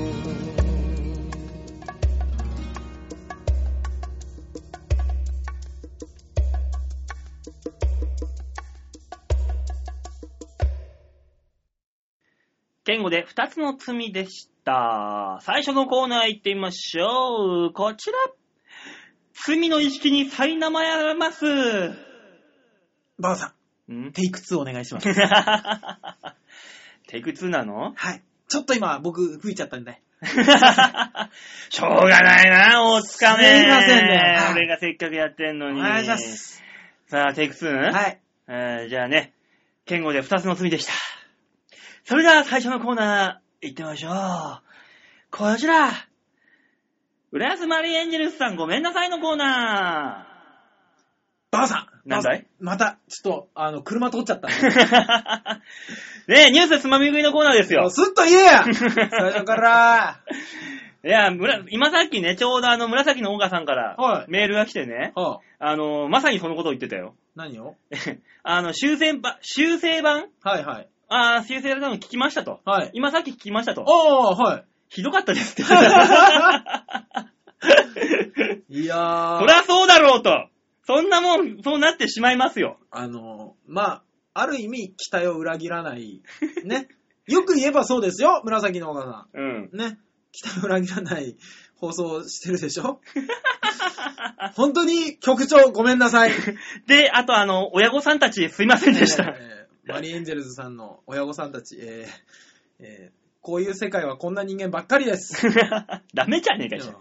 Speaker 2: 言語で2つの罪でした。最初のコーナー行ってみましょう。こちら。罪の意識に苛まれます。
Speaker 3: バオさ
Speaker 2: ん
Speaker 3: ん、テイク2お願いします。
Speaker 2: テイク2なの
Speaker 3: はい。ちょっと今、僕、吹いちゃったんで。
Speaker 2: しょうがないな、大塚め。
Speaker 3: すいませんねはい
Speaker 2: 俺がせっかくやってんの
Speaker 3: お
Speaker 2: に。
Speaker 3: 願いしま。す。
Speaker 2: さあ、テイク 2?
Speaker 3: はい。
Speaker 2: えーじゃあね、剣語で二つの罪でした。それでは最初のコーナー、行ってみましょう。こちら。浦安マリーエンジェルスさんごめんなさいのコーナ
Speaker 3: バオさん。
Speaker 2: なんだい
Speaker 3: バオさまた、ちょっと、あの、車通っちゃったんで。
Speaker 2: ー。 ねえ、ニュースつまみ食いのコーナーですよ。
Speaker 3: スッと言え や最初から。
Speaker 2: いや、むら今さっきね、ちょうどあの、紫のオーガさんから
Speaker 3: はい
Speaker 2: メールが来てね、
Speaker 3: はあ、
Speaker 2: あの、まさにそのことを言ってたよ。
Speaker 3: 何を
Speaker 2: あの、修正版、修正版
Speaker 3: はいはい。
Speaker 2: あー修正版の聞きましたと。
Speaker 3: はい。
Speaker 2: 今さっき聞きましたと。
Speaker 3: ああー、は
Speaker 2: ひどかったですって。そり ゃ
Speaker 3: い。いやー。
Speaker 2: そうだろうと。そんなもん、そうなってしまいますよ。
Speaker 3: あの、まあ、ある意味、期待を裏切らない。 ね。よく言えばそうですよ、紫のお母さ
Speaker 2: うん。
Speaker 3: ん。ね。期待を裏切らない放送をしてるでし ょ本当に局長ごめん なさい。
Speaker 2: で、あとあの、親御さんたちすいませんでした。
Speaker 3: えーマリーエンジェルズさんの親御さんたち、えーえーこういう世界はこんな人間ばっかりです。
Speaker 2: ダメじゃねえか
Speaker 3: うん
Speaker 2: しら。さ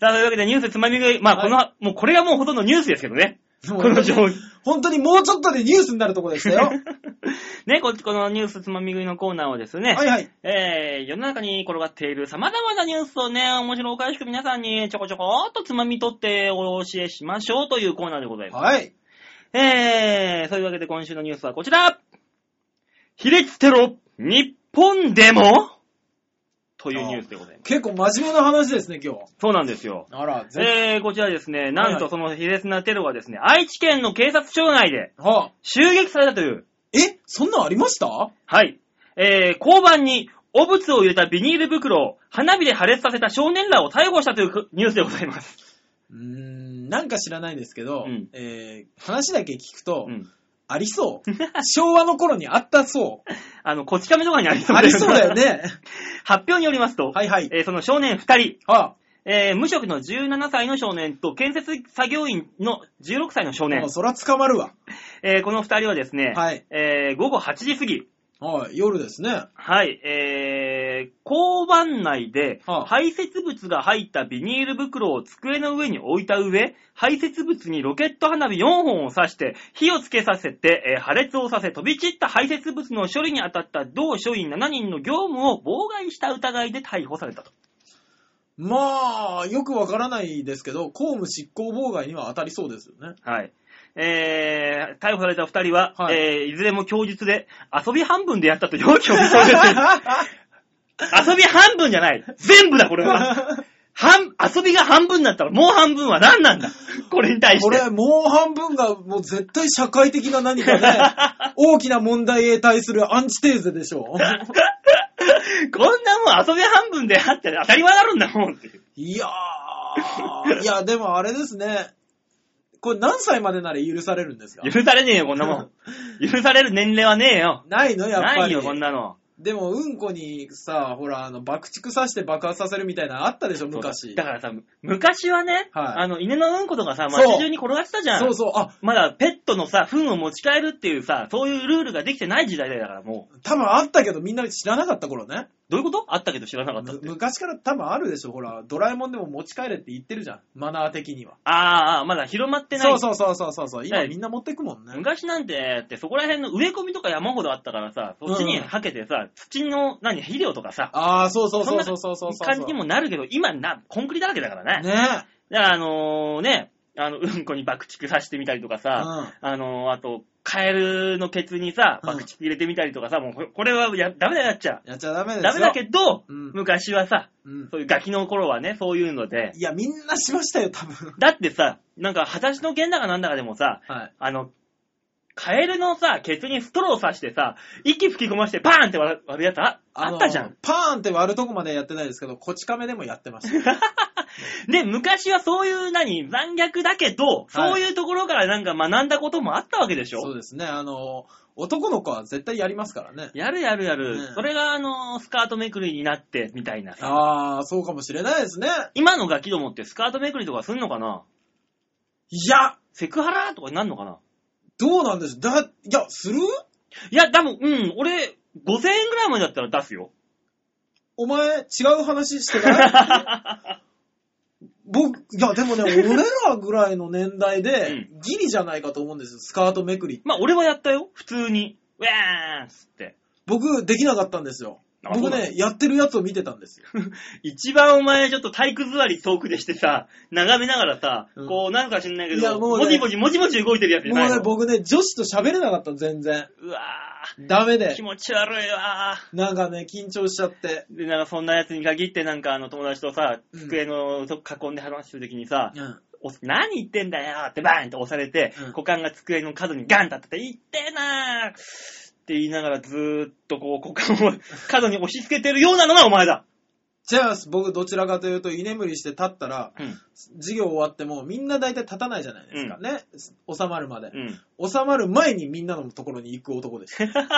Speaker 2: あ、というわけでニュースつまみ食い。まあ、この、もうこれがもうほとんどニュースですけどね。
Speaker 3: もう
Speaker 2: この情報。
Speaker 3: 本当にもうちょっとでニュースになるところでしたよ。
Speaker 2: ね、ここのニュースつまみ食いのコーナーをですね、
Speaker 3: はいはい。
Speaker 2: えー、世の中に転がっている様々なニュースをね、面白おかしく皆さんにちょこちょこっとつまみ取ってお教えしましょうというコーナーでございます。
Speaker 3: はい。
Speaker 2: えー、そういうわけで今週のニュースはこちら卑劣テロ、日本でもというニュースでございます。
Speaker 3: 結構真面目な話ですね、今日。
Speaker 2: そうなんですよ。
Speaker 3: あら、全
Speaker 2: えー、こちらですね、なん
Speaker 3: はいは
Speaker 2: と
Speaker 3: い
Speaker 2: その卑劣なテロがですね、愛知県の警察庁内で
Speaker 3: はあ、
Speaker 2: 襲撃されたという、
Speaker 3: えそんなんありました
Speaker 2: はい、えー、交番に汚物を入れたビニール袋を花火で破裂させた少年らを逮捕したというニュースでございます。
Speaker 3: うーん、なんか知らないですけど、
Speaker 2: うん
Speaker 3: えー話だけ聞くと、
Speaker 2: うん。
Speaker 3: ありそう。昭和の頃にあった そう。
Speaker 2: あの、こち亀とかにありそう
Speaker 3: ありそうだよ
Speaker 2: ね。
Speaker 3: ね。
Speaker 2: 発表によりますと、
Speaker 3: はいはい。
Speaker 2: えーその少年二人、
Speaker 3: は
Speaker 2: えー無職の17歳の少年と建設作業員の16歳の少
Speaker 3: あ、
Speaker 2: 年
Speaker 3: もう、そら捕まるわ。
Speaker 2: えーこの2人はですね、
Speaker 3: はい
Speaker 2: えー午後8時過ぎ、
Speaker 3: はい、夜ですね。
Speaker 2: はいえー交番内で
Speaker 3: はあ
Speaker 2: 排泄物が入ったビニール袋を机の上に置いた上、排泄物にロケット花火4本を刺して、火をつけさせて、えー破裂をさせ、飛び散った排泄物の処理に当たった同署員7人の業務を妨害した疑いで逮捕されたと。
Speaker 3: まあ、よくわからないですけど、公務執行妨害には当たりそうですよ ね。
Speaker 2: はい。えー、逮捕された二人は、
Speaker 3: はい
Speaker 2: えー、いずれも供述で、遊び半分でやったと容疑を認めてい る遊び半分じゃない全部だ、これは。半、遊びが半分だったら、もう半分は何なんだこれに対し
Speaker 3: こ
Speaker 2: て。
Speaker 3: れ、もう半分が、もう絶対社会的な何かね、 大きな問題へ対するアンチテーゼでしょう。
Speaker 2: こんなもん遊び半分であって当たり前だろんだもんっていう。
Speaker 3: いやー、いや、でもあれですね。これ何歳までなら許されるんですか
Speaker 2: 許されねえよ、こんな もん。許される年齢はねえよ。
Speaker 3: ないのやっぱり。
Speaker 2: ないよ、こんなの。
Speaker 3: でも、うんこにさ、ほら、あの、爆竹刺して爆発させるみたいなのあったでしょ、昔。
Speaker 2: だからさ、昔はね、
Speaker 3: はい
Speaker 2: あの、犬のうんことかさ、
Speaker 3: そう
Speaker 2: 街中に転がってたじゃん。
Speaker 3: そうそう、あ、
Speaker 2: まだペットのさ、糞を持ち帰るっていうさ、そういうルールができてない時代だからも
Speaker 3: 多分あったけどみんな知らなかった頃ね。
Speaker 2: どういうことあったけど知らなかったっ
Speaker 3: む
Speaker 2: て。
Speaker 3: 昔から多分あるでしょ。ほら、ドラえもんでも持ち帰れって言ってるじゃん。マナー的には。
Speaker 2: あーあー、まだ広まってない。
Speaker 3: そうそうそうそうそうそう。今
Speaker 2: はい
Speaker 3: みんな持ってくもんね。
Speaker 2: 昔なんて、ってそこら辺の植え込みとか山ほどあったからさ、そっちにはけてさ、土の、何、肥料とかさ、
Speaker 3: ああ、そうそうそうそうそうそうそう。
Speaker 2: 感じにもなるけど、今な、コンクリだらけだからね。
Speaker 3: ね
Speaker 2: だからあのーね、あの、うんこに爆竹さしてみたりとか
Speaker 3: え。う
Speaker 2: さ、
Speaker 3: ん。
Speaker 2: あのーあと、カエルのケツにさ、
Speaker 3: うん
Speaker 2: 爆竹入れてみたりとかさ、もうここれはやダメだよ、やっちゃ。
Speaker 3: やっちゃダメですよ。
Speaker 2: ダメだけど、
Speaker 3: うん
Speaker 2: 昔はさ、
Speaker 3: うん。
Speaker 2: そういうガキの頃はね、そういうので、
Speaker 3: いや、みんなしましたよ、多分。
Speaker 2: だってさ、なんか、裸足の剣だかなんだかでもさ、
Speaker 3: はい。
Speaker 2: あの、カエルのさ、ケツにストローさしてさ、息吹き込ましてパーンって割る割るやつああ
Speaker 3: の
Speaker 2: ったじゃん。。
Speaker 3: パーンって割るとこまでやってないですけど、こち亀でもやってま した。
Speaker 2: で、昔はそういう何、残虐だけど、そういうところからなんか学んだこともあったわけでしょ、
Speaker 3: そうですね。あの、男の子は絶対やりますからね。
Speaker 2: やるやるやる。
Speaker 3: ね
Speaker 2: それがあの、スカートめくりになって、みたいなさ。
Speaker 3: ああ、そうかもしれないですね。
Speaker 2: 今のガキどもってスカートめくりとかすんのかない
Speaker 3: や、
Speaker 2: セクハラとかになんのかな
Speaker 3: どうなんでしょう。だ、いや、する
Speaker 2: いや、多分、うん、俺、5000円ぐらいまでだったら出すよ。
Speaker 3: お前、違う話してない 僕、いや、でもね、俺らぐらいの年代で、ギリじゃないかと思うんですよ、スカートめくり。
Speaker 2: まあ、俺はやったよ。普通に。ウェーンっつって。
Speaker 3: 僕、できなかったんですよ。
Speaker 2: あそう
Speaker 3: 僕
Speaker 2: なの
Speaker 3: ね、やってるやつを見てたんですよ。
Speaker 2: 一番お前ちょっと体育座り遠くでしてさ、眺めながらさ、
Speaker 3: うん
Speaker 2: こうなんか知んないけ
Speaker 3: いや
Speaker 2: ど、
Speaker 3: もうね
Speaker 2: もじもじもじもじ動いてるやつじゃ
Speaker 3: も
Speaker 2: ないう
Speaker 3: ね
Speaker 2: の、
Speaker 3: 僕ね、女子と喋れなかったの、全然。
Speaker 2: うわ
Speaker 3: ダメ
Speaker 2: ー、
Speaker 3: で
Speaker 2: 気。持ち悪いわ
Speaker 3: なんかね、緊張しちゃって。
Speaker 2: ー。で、なんかそんなやつに限ってなんかあの友達とさ、
Speaker 3: うん
Speaker 2: 机のとこ囲んで話してるときにさ、
Speaker 3: うん。
Speaker 2: お何言ってんだよってバーンって押されて、
Speaker 3: うん
Speaker 2: 股間が机の角にガンって当たって、言ってえなーって言いながらずーっとこう股間を角に押し付けてるようなのがお前だ。
Speaker 3: じゃあ、僕、どちらかというと、居眠りして立ったら、
Speaker 2: うん。
Speaker 3: 授業終わっても、みんな大体立たないじゃないですかね。収まるまで。
Speaker 2: うん。
Speaker 3: 収まる前にみんなのところに行く男でした。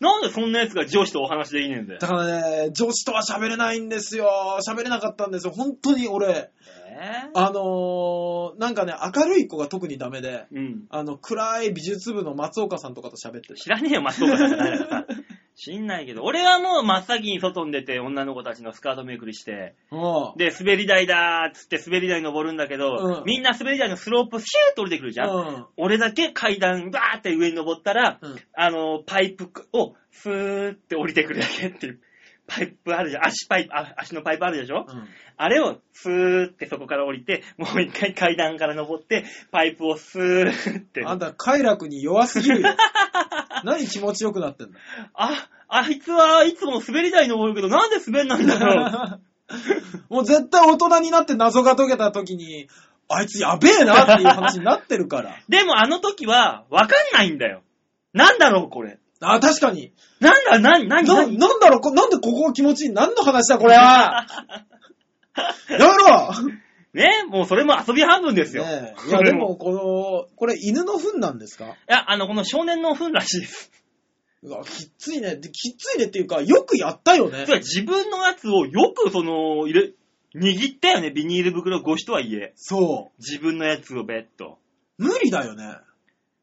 Speaker 2: なんでそんなやつが上司とお話でいいねんだよ
Speaker 3: だ。からね、上司とは喋れないんですよ。喋れなかったんですよ。本当に俺、
Speaker 2: え
Speaker 3: あのー、なんかね、明るい子が特にダメで、
Speaker 2: ーうん。
Speaker 3: あの、暗い美術部の松岡さんとかと喋ってる。
Speaker 2: 知らねえよ、松岡さんじゃないから さ。知んないけど、俺はもう真っ先に外に出て女の子たちのスカートめくりして、
Speaker 3: うん
Speaker 2: で、滑り台だーっつって滑り台に登るんだけど、
Speaker 3: うん
Speaker 2: みんな滑り台のスロープシューッと降りてくるじゃん。
Speaker 3: うん。
Speaker 2: 俺だけ階段バーって上に登ったら、
Speaker 3: うん
Speaker 2: あの、パイプをスーって降りてくるだけっていう。パイプあるじゃん。足パイプ、あ足のパイプあるでしょ、
Speaker 3: うん
Speaker 2: あれをスーってそこから降りて、もう一回階段から登って、パイプをスーって。
Speaker 3: あんた、快楽に弱すぎるよ。 何気持ちよくなってんだ。
Speaker 2: あ、あいつはいつも滑り台登るけど、なんで滑んないんだ ろう。
Speaker 3: もう絶対大人になって謎が解けた時に、あいつやべえなっていう話になって るから。
Speaker 2: でもあの時は、わかんないんだよ。なんだろう、これ。
Speaker 3: あ、確かに。
Speaker 2: なんだ、なん、なん、
Speaker 3: な、
Speaker 2: なん、
Speaker 3: なんだろうこ、なんでここが気持ちいい何の話 だ、これはやめろ
Speaker 2: ね、もうそれも遊び半分ですよ。
Speaker 3: ねえ。
Speaker 2: そ
Speaker 3: いや、
Speaker 2: れ
Speaker 3: でも、この、これ犬の糞なんですか
Speaker 2: いや、あの、この少年の糞らしいです。
Speaker 3: うわ、きっついね。できっついねっていうか、よくやったよね
Speaker 2: つ。まり自分のやつをよく、その、入れ、握ったよね、ビニール袋越しとはいえ。
Speaker 3: そ
Speaker 2: 自分のやつをベッド。
Speaker 3: う。無理だよね。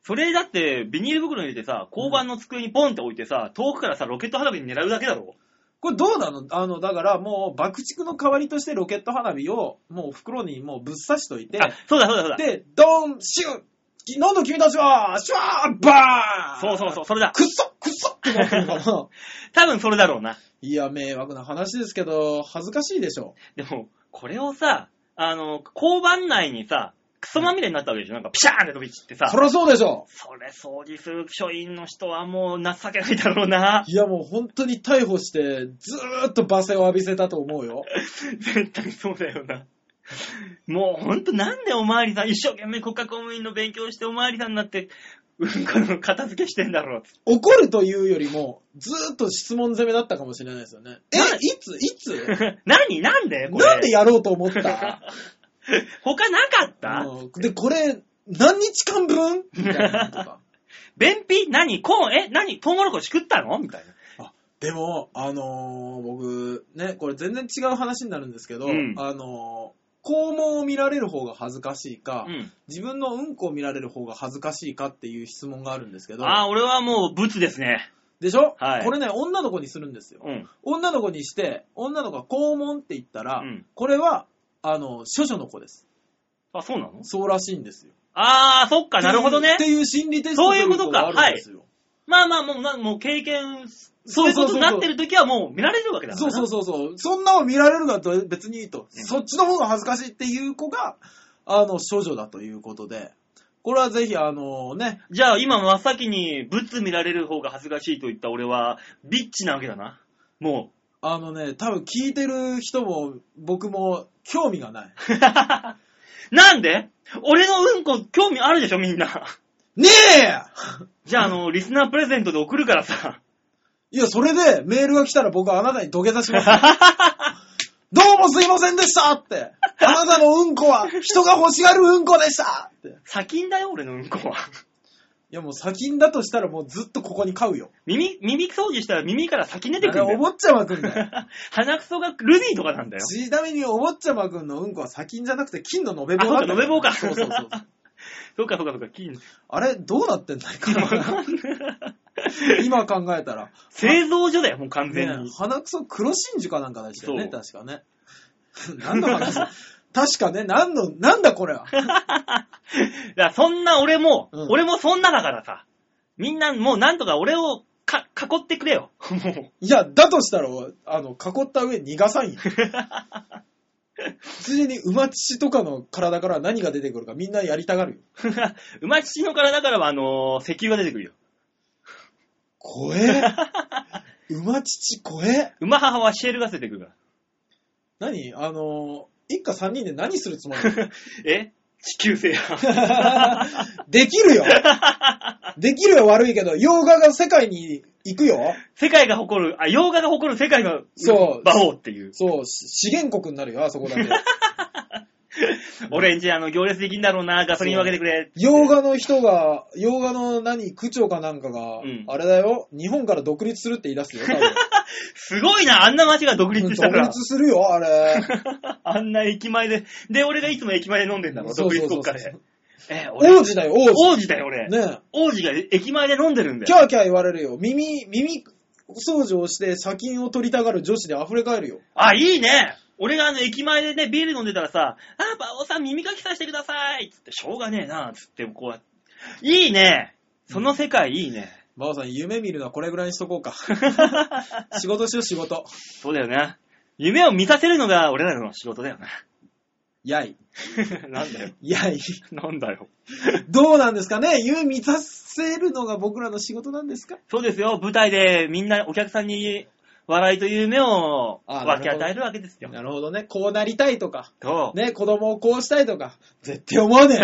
Speaker 2: それだって、ビニール袋に入れてさ、交番の机にポンって置いてさ、遠くからさ、ロケット花火に狙うだけだろ。
Speaker 3: これどうなのあの、だからもう爆竹の代わりとしてロケット花火をもう袋にもうぶっ刺しといて、
Speaker 2: あ、そうだそうだそうだ。
Speaker 3: で、ドーン、シュッきなんだ君たちはシュワーバーン
Speaker 2: そうそうそう、それだ。
Speaker 3: くっそくっそ ってなってるから
Speaker 2: 多分それだろうな。
Speaker 3: いや、迷惑な話ですけど、恥ずかしいでしょ。
Speaker 2: でも、これをさ、あの、交番内にさ、クソまみれになったわけでしょなんかピシャーンって飛び散ってさ。
Speaker 3: そりゃそうでしょ。
Speaker 2: それ掃除する署員の人はもう情けないだろうな。
Speaker 3: いや、もう本当に逮捕して、ずーっと罵声を浴びせたと思うよ。
Speaker 2: 絶対そうだよな。もうほんとなんでおまわりさん、一生懸命国家公務員の勉強しておまわりさんになって、うんこの片付けしてんだ ろう。
Speaker 3: 怒るというよりも、ずーっと質問攻めだったかもしれないですよね。え
Speaker 2: なん、
Speaker 3: いついつ
Speaker 2: 何なんでこれ
Speaker 3: なんでやろうと思った
Speaker 2: 他 なかった
Speaker 3: うんで、これ、何日間分みたいなのとか。
Speaker 2: 便秘何コーンえ何トウモロコシ食ったのみたいな。
Speaker 3: でも、あのー僕、ね、これ全然違う話になるんですけど、
Speaker 2: うん
Speaker 3: あのー肛門を見られる方が恥ずかしいか、
Speaker 2: うん。
Speaker 3: 自分のうんこを見られる方が恥ずかしいかっていう質問があるんですけど、
Speaker 2: ああ、俺はもうブツですね。
Speaker 3: でしょ、
Speaker 2: はい
Speaker 3: これね、女の子にするんですよ。
Speaker 2: うん。
Speaker 3: 女の子にして、女の子が肛門って言ったら、
Speaker 2: うん
Speaker 3: これは、あの、処女の子です。
Speaker 2: あ、そうなの
Speaker 3: そうらしいんですよ。
Speaker 2: あー、そっか、なるほどね
Speaker 3: って。いう心理テスト
Speaker 2: そういうことか
Speaker 3: があるんですよ。
Speaker 2: まあまあ、もう、なもう経験、そういう
Speaker 3: そ
Speaker 2: うこ
Speaker 3: そうそうそう
Speaker 2: とになってる時はもう見られるわけだから
Speaker 3: そう
Speaker 2: な。
Speaker 3: そうそうそう。そんなの見られるが別にいいと。
Speaker 2: うん
Speaker 3: そっちの方が恥ずかしいっていう子が、あの、処女だということで。これはぜひ、あのね、
Speaker 2: じゃあ今真っ先にブツ見られる方が恥ずかしいと言った俺は、ビッチなわけだな。も
Speaker 3: あのね、多分聞いてる人も、僕も興味がない。
Speaker 2: う。 なんで俺のうんこ興味あるでしょみんな。
Speaker 3: ねえ
Speaker 2: じゃああの、リスナープレゼントで送るからさ。
Speaker 3: いや、それでメールが来たら僕はあなたに土下座しま すよ。どうもすいませんでしたって。あなたのうんこ は人が欲しがるうんこでしたって。い
Speaker 2: 先んだよ俺のうんこは。
Speaker 3: や、もう先んだとしたらもうずっとここに買うよ。
Speaker 2: 耳、耳掃除したら耳から先出てくるん
Speaker 3: あ
Speaker 2: だ
Speaker 3: れお
Speaker 2: よ。
Speaker 3: 坊ちゃまくんだよ。
Speaker 2: 鼻くそがルビーとかなんだよ。
Speaker 3: ちなみにお坊ちゃまくんのうんこは先んじゃなくて金の延べ棒だった
Speaker 2: あそうか延べ棒か
Speaker 3: そうそうそう。
Speaker 2: そうかそうかそうか、金。
Speaker 3: あれ、どうなってんだいかな 今考えたら。
Speaker 2: 製造所だよ、もう完全
Speaker 3: ね
Speaker 2: に。、
Speaker 3: 鼻くそ黒真珠かなんかでしたよね、
Speaker 2: そ
Speaker 3: 確かね。何の話 確かね、何の、なんだこれは。
Speaker 2: だからそんな俺も、
Speaker 3: うん
Speaker 2: 俺もそんなだからさ、みんなもうなんとか俺をか囲ってくれよ。も
Speaker 3: いや、だとしたら、あの、囲った上に逃がさんよ。ついに馬乳とかの体から何が出てくるかみんなやりたがるよ。
Speaker 2: う。 馬父の体からは、あのー石油が出てくるよ。
Speaker 3: 怖え。馬乳怖え。
Speaker 2: 馬母はシェールが出てくるか
Speaker 3: 何あの、一家三人で何するつもりなの
Speaker 2: ら。え地球制覇。
Speaker 3: できるよできるよ悪いけど、洋画が世界に行くよ
Speaker 2: 世界が誇る、あ、洋画が誇る世界の
Speaker 3: そう
Speaker 2: 馬王っていう。
Speaker 3: そう、し資源国になるよ、あそこだ け。
Speaker 2: 俺んち、あの、行列できんだろうな、ガソリン分けてくれ。
Speaker 3: 洋画の人が、洋画の何、区長かなんかが、
Speaker 2: うん
Speaker 3: あれだよ、日本から独立するって言い出すよ、多分
Speaker 2: すごいな、あんな街が独立した
Speaker 3: 独
Speaker 2: から。
Speaker 3: 立するよ、あれ。
Speaker 2: あんな駅前で。で、俺がいつも駅前で飲んでんだろ、
Speaker 3: そう
Speaker 2: 独
Speaker 3: そう
Speaker 2: 立
Speaker 3: そ
Speaker 2: 国
Speaker 3: う
Speaker 2: 家で。え、俺、
Speaker 3: 王子だよ、王子。
Speaker 2: 王子だよ、俺。
Speaker 3: ね
Speaker 2: 王子が駅前で飲んでるん
Speaker 3: え
Speaker 2: だ
Speaker 3: キ
Speaker 2: よ。
Speaker 3: ャーキャー言われるよ。耳、耳掃除をして砂金を取りたがる女子で溢れ返るよ。
Speaker 2: あ、いいね俺があの、駅前でね、ビール飲んでたらさ、あ、馬王さん耳かきさせてくださいつって、しょうがねえなつって、こうやって。いいねその世界いいね。
Speaker 3: 馬オさん、夢見るのはこれぐらいにしとこ うか。仕事しよう、仕事。
Speaker 2: そうだよね。夢を見させるのが俺らの仕事だよな。
Speaker 3: やい。
Speaker 2: なんだよ。
Speaker 3: や い。
Speaker 2: なんだよ。
Speaker 3: どうなんですかね夢満たせるのが僕らの仕事なんですか
Speaker 2: そうですよ、舞台でみんなお客さんに笑いという夢を
Speaker 3: あ
Speaker 2: 分け与えるわけですよ。
Speaker 3: なるほどね。こうなりたいとか、
Speaker 2: そう。
Speaker 3: ね、子供をこうしたいとか、絶対思わね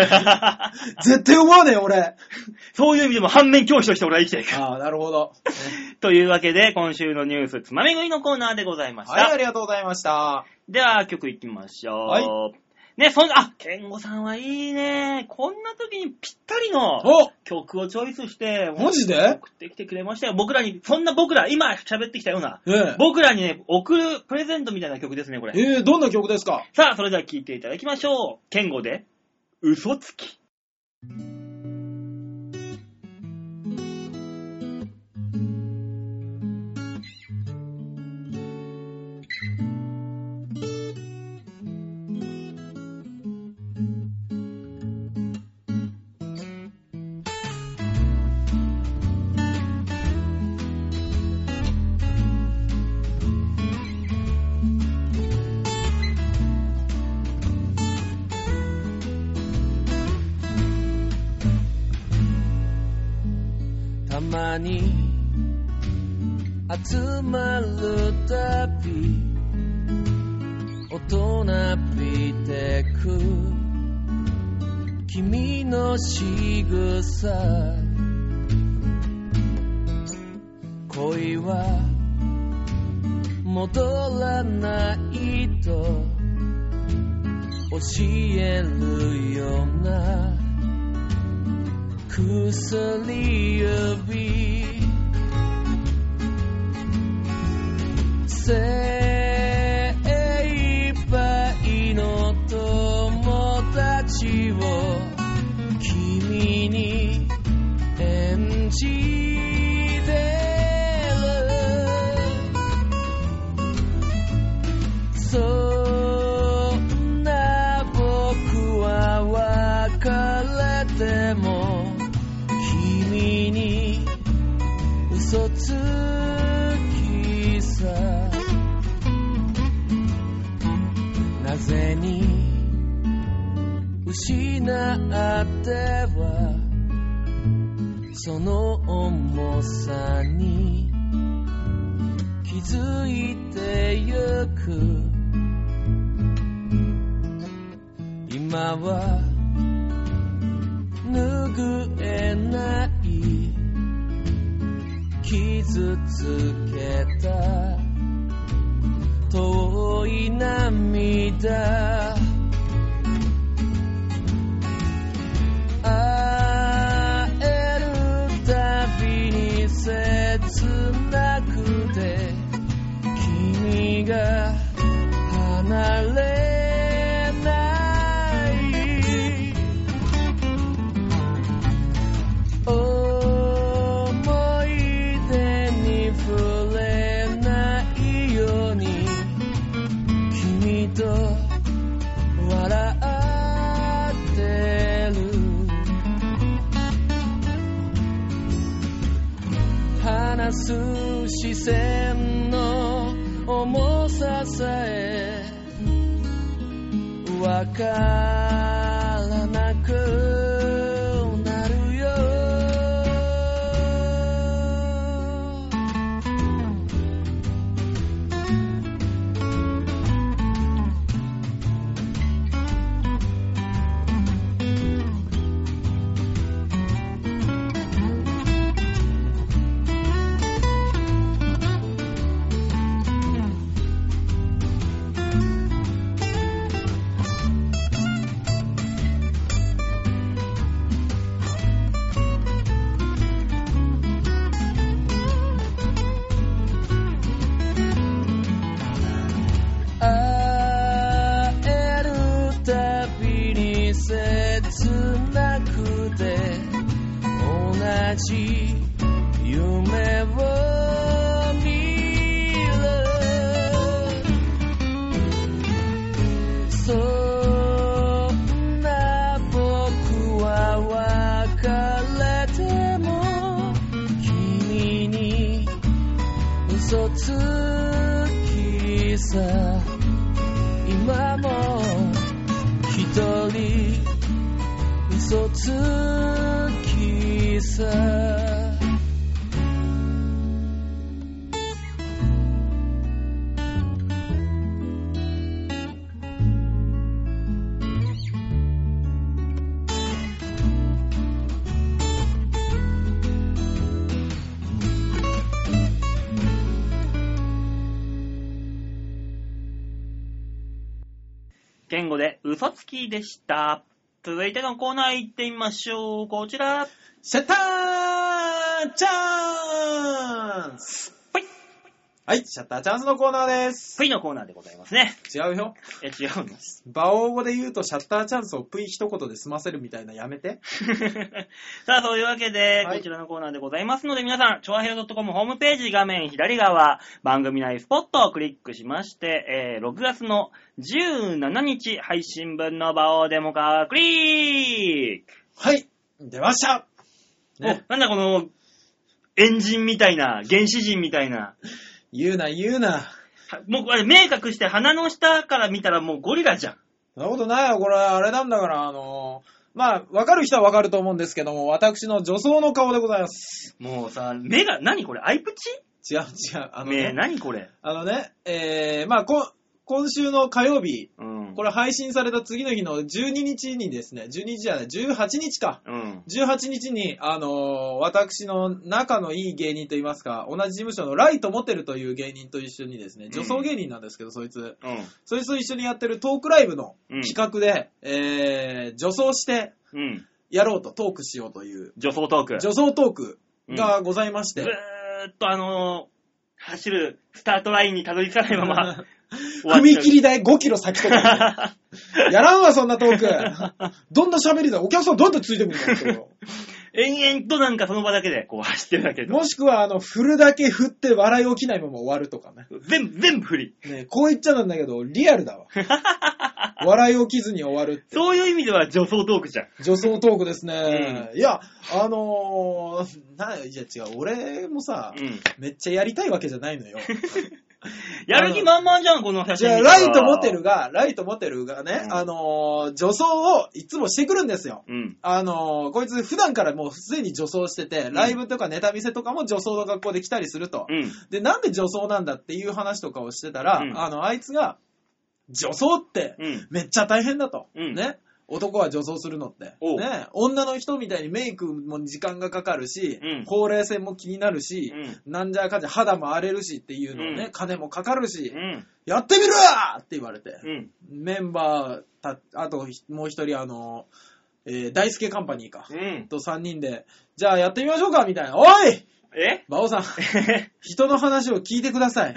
Speaker 3: え。絶対思わねえ、俺。
Speaker 2: そういう意味でも反面教師として俺は生きていく。
Speaker 3: ああ、なるほど。
Speaker 2: というわけで、今週のニュースつまみ食いのコーナーでございました。
Speaker 3: はい、ありがとうございました。
Speaker 2: では、曲いきましょう。
Speaker 3: はい
Speaker 2: ね、そん、あ、健吾さんはいいね。こんな時にぴったりの
Speaker 3: お
Speaker 2: 曲をチョイスして、
Speaker 3: マジで
Speaker 2: 送ってきてくれましたよ。僕らに、そんな僕ら、今喋ってきたような、
Speaker 3: ええ
Speaker 2: 僕らにね、送るプレゼントみたいな曲ですね、これ。
Speaker 3: ええどんな曲ですか
Speaker 2: さあ、それでは聴いていただきましょう。健吾で、嘘つき。
Speaker 1: たまに集まるたび大人びてく君の仕草恋は戻らないと教えるような薬指精一杯の友達を君に演じて風に失ってはその重さに気づいてゆく今は拭えない傷つけた遠い涙会えるたびに切なくて君が離れない思い出に触れないように君と笑ってる話す視線の重ささえわからなくなるよ会えるたびに切なくて同じ夢を見るそんな僕は別れても君に嘘つきさ今も一人嘘つきさ
Speaker 2: 言語で嘘つきでした。続いてのコーナー行ってみましょう。こちら。
Speaker 3: シャッターチャンス
Speaker 2: ぷい
Speaker 3: はい、シャッターチャンスのコーナーです。
Speaker 2: ぷいのコーナーでございますね。
Speaker 3: 違うよ。
Speaker 2: え、違うんです。
Speaker 3: 馬王語で言うとシャッターチャンスをプイ一言で済ませるみたいなやめて。
Speaker 2: さあ、そういうわけで、
Speaker 3: はい
Speaker 2: こちらのコーナーでございますので、皆さん、超平洋 .com ホームページ画面左側、番組内スポットをクリックしまして、えー6月の17日配信分の場をデモ化クリック、
Speaker 3: はい、出ました、ね、
Speaker 2: お、なんだこの、エンジンみたいな、原始人みたいな。
Speaker 3: 言うな言うな。
Speaker 2: はもう、あれ、目隠して鼻の下から見たらもうゴリラじゃん。
Speaker 3: そんなことないよ、これ、あれなんだから、あのーまあ、わかる人はわかると思うんですけども、私の女装の顔でございます。
Speaker 2: もうさ、目が、何これアイプチ
Speaker 3: 違う違う、あの
Speaker 2: 目、
Speaker 3: ね、
Speaker 2: 何これ
Speaker 3: あのね、えー、まあ、こ、今週の火曜日、
Speaker 2: うん。
Speaker 3: こ
Speaker 2: れ、
Speaker 3: れ配信された次の日の12日にですね、12日じゃない、18日か。
Speaker 2: うん。
Speaker 3: 18日に、あのー私の仲のいい芸人といいますか、同じ事務所のライトモテルという芸人と一緒にですね、女装芸人なんですけど、そいつ、そいつと一緒にやってるトークライブの企画で、えー、女装して
Speaker 2: うん。うん。
Speaker 3: やろうと、トークしようという、
Speaker 2: 女装トーク。
Speaker 3: 女装トークがございまし
Speaker 2: ず
Speaker 3: て、
Speaker 2: ーっとあのー走るスタートラインにたどり着かないま ま終わっちゃう。
Speaker 3: 踏切台5キロ先とかにね、やらんわ、そんなトーク。どんどん喋りだ、お客さんどんどんついてくるんだよ。
Speaker 2: 延々となんかその場だけでこう走ってるだ けで。
Speaker 3: もしくは、あの、振るだけ振って笑い起きないまま終わるとかね。
Speaker 2: 全部、全部振り。
Speaker 3: ねこう言っちゃなんだけど、リアル だわ。笑い起きずに終わるって。
Speaker 2: そういう意味では女装トークじゃん。
Speaker 3: 女装トークですね。いや、あのー、な、いや違う、俺もさ、
Speaker 2: うん。
Speaker 3: めっちゃやりたいわけじゃないのよ。
Speaker 2: やる気満々じゃん、この写
Speaker 3: じ
Speaker 2: 真
Speaker 3: ゃあ、
Speaker 2: 見たら
Speaker 3: ライトモテル。が、ライトモテルがね、
Speaker 2: うん
Speaker 3: あのー女装をいつもしてくるんですよ。
Speaker 2: うん。
Speaker 3: あのーこいつ普段からもうすでに女装してて、
Speaker 2: ん
Speaker 3: ライブとかネタ見せとかも女装の学校で来たりすると。
Speaker 2: うん。
Speaker 3: で、なんで女装なんだっていう話とかをしてたら、
Speaker 2: うん
Speaker 3: あの、あいつが、女装って
Speaker 2: うん。
Speaker 3: めっちゃ大変だと。
Speaker 2: うん
Speaker 3: ね。男は女装するのって。
Speaker 2: おう
Speaker 3: ね。女の人みたいにメイクも時間がかかるし、
Speaker 2: うん
Speaker 3: ほうれい線も気になるし、なんじゃかんじゃ肌も荒れるしっていうのをね、
Speaker 2: うん
Speaker 3: 金もかかるし、
Speaker 2: うん。
Speaker 3: やってみろやって言われて、
Speaker 2: うん。
Speaker 3: メンバーた、あとひもう一人あの、えー大輔カンパニーか、
Speaker 2: うん。
Speaker 3: と三人で、じゃあやってみましょうかみたいな、おい
Speaker 2: え
Speaker 3: 馬 王さん、人の話を聞いてください。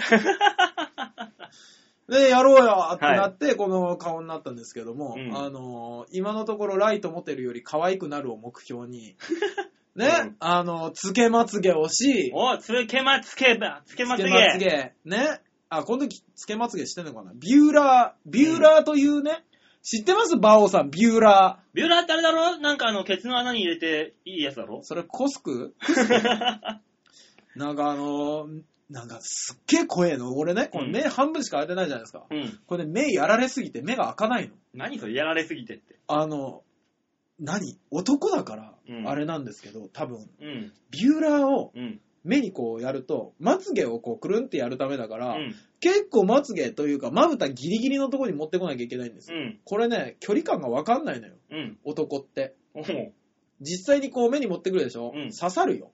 Speaker 3: で、やろうよってなって、この顔になったんですけども、
Speaker 2: うん
Speaker 3: あのー今のところライト持てるより可愛くなるを目 標に、ね、
Speaker 2: うん
Speaker 3: あの、つけまつげをし、
Speaker 2: お、つけまつけば、つけまつ
Speaker 3: つ
Speaker 2: げ。
Speaker 3: けまつげ。ね。あ、この時、つけまつげしてんのかなビューラー、ビューラーというね、知ってますバオさん、ビューラ
Speaker 2: ビューラーってあれだろなんかあの、ケツの穴に入れていいやつだろ
Speaker 3: ー。それコス クなんかあのーなんかすっげえ怖えの。俺ね、この目半分しか開いてないじゃないですか。
Speaker 2: うん。
Speaker 3: これ目やられすぎて目が開かないの。
Speaker 2: 何それやられすぎてって。
Speaker 3: あの、何男だから
Speaker 2: う、ん
Speaker 3: あれなんですけど、多分、
Speaker 2: うん。
Speaker 3: ビューラーを
Speaker 2: うん。
Speaker 3: 目にこうやると、まつげをこうくるんってやるためだか
Speaker 2: う
Speaker 3: ら、
Speaker 2: ん。
Speaker 3: 結構まつげというか、まぶたギリギリのところに持ってこなきゃいけないんですよ。
Speaker 2: うん。
Speaker 3: これね、距離感がわかんないのよ、
Speaker 2: うん。
Speaker 3: 男って。
Speaker 2: おう刺
Speaker 3: 実際にこう目に持ってくるでしょ、
Speaker 2: うん
Speaker 3: 刺さるよ。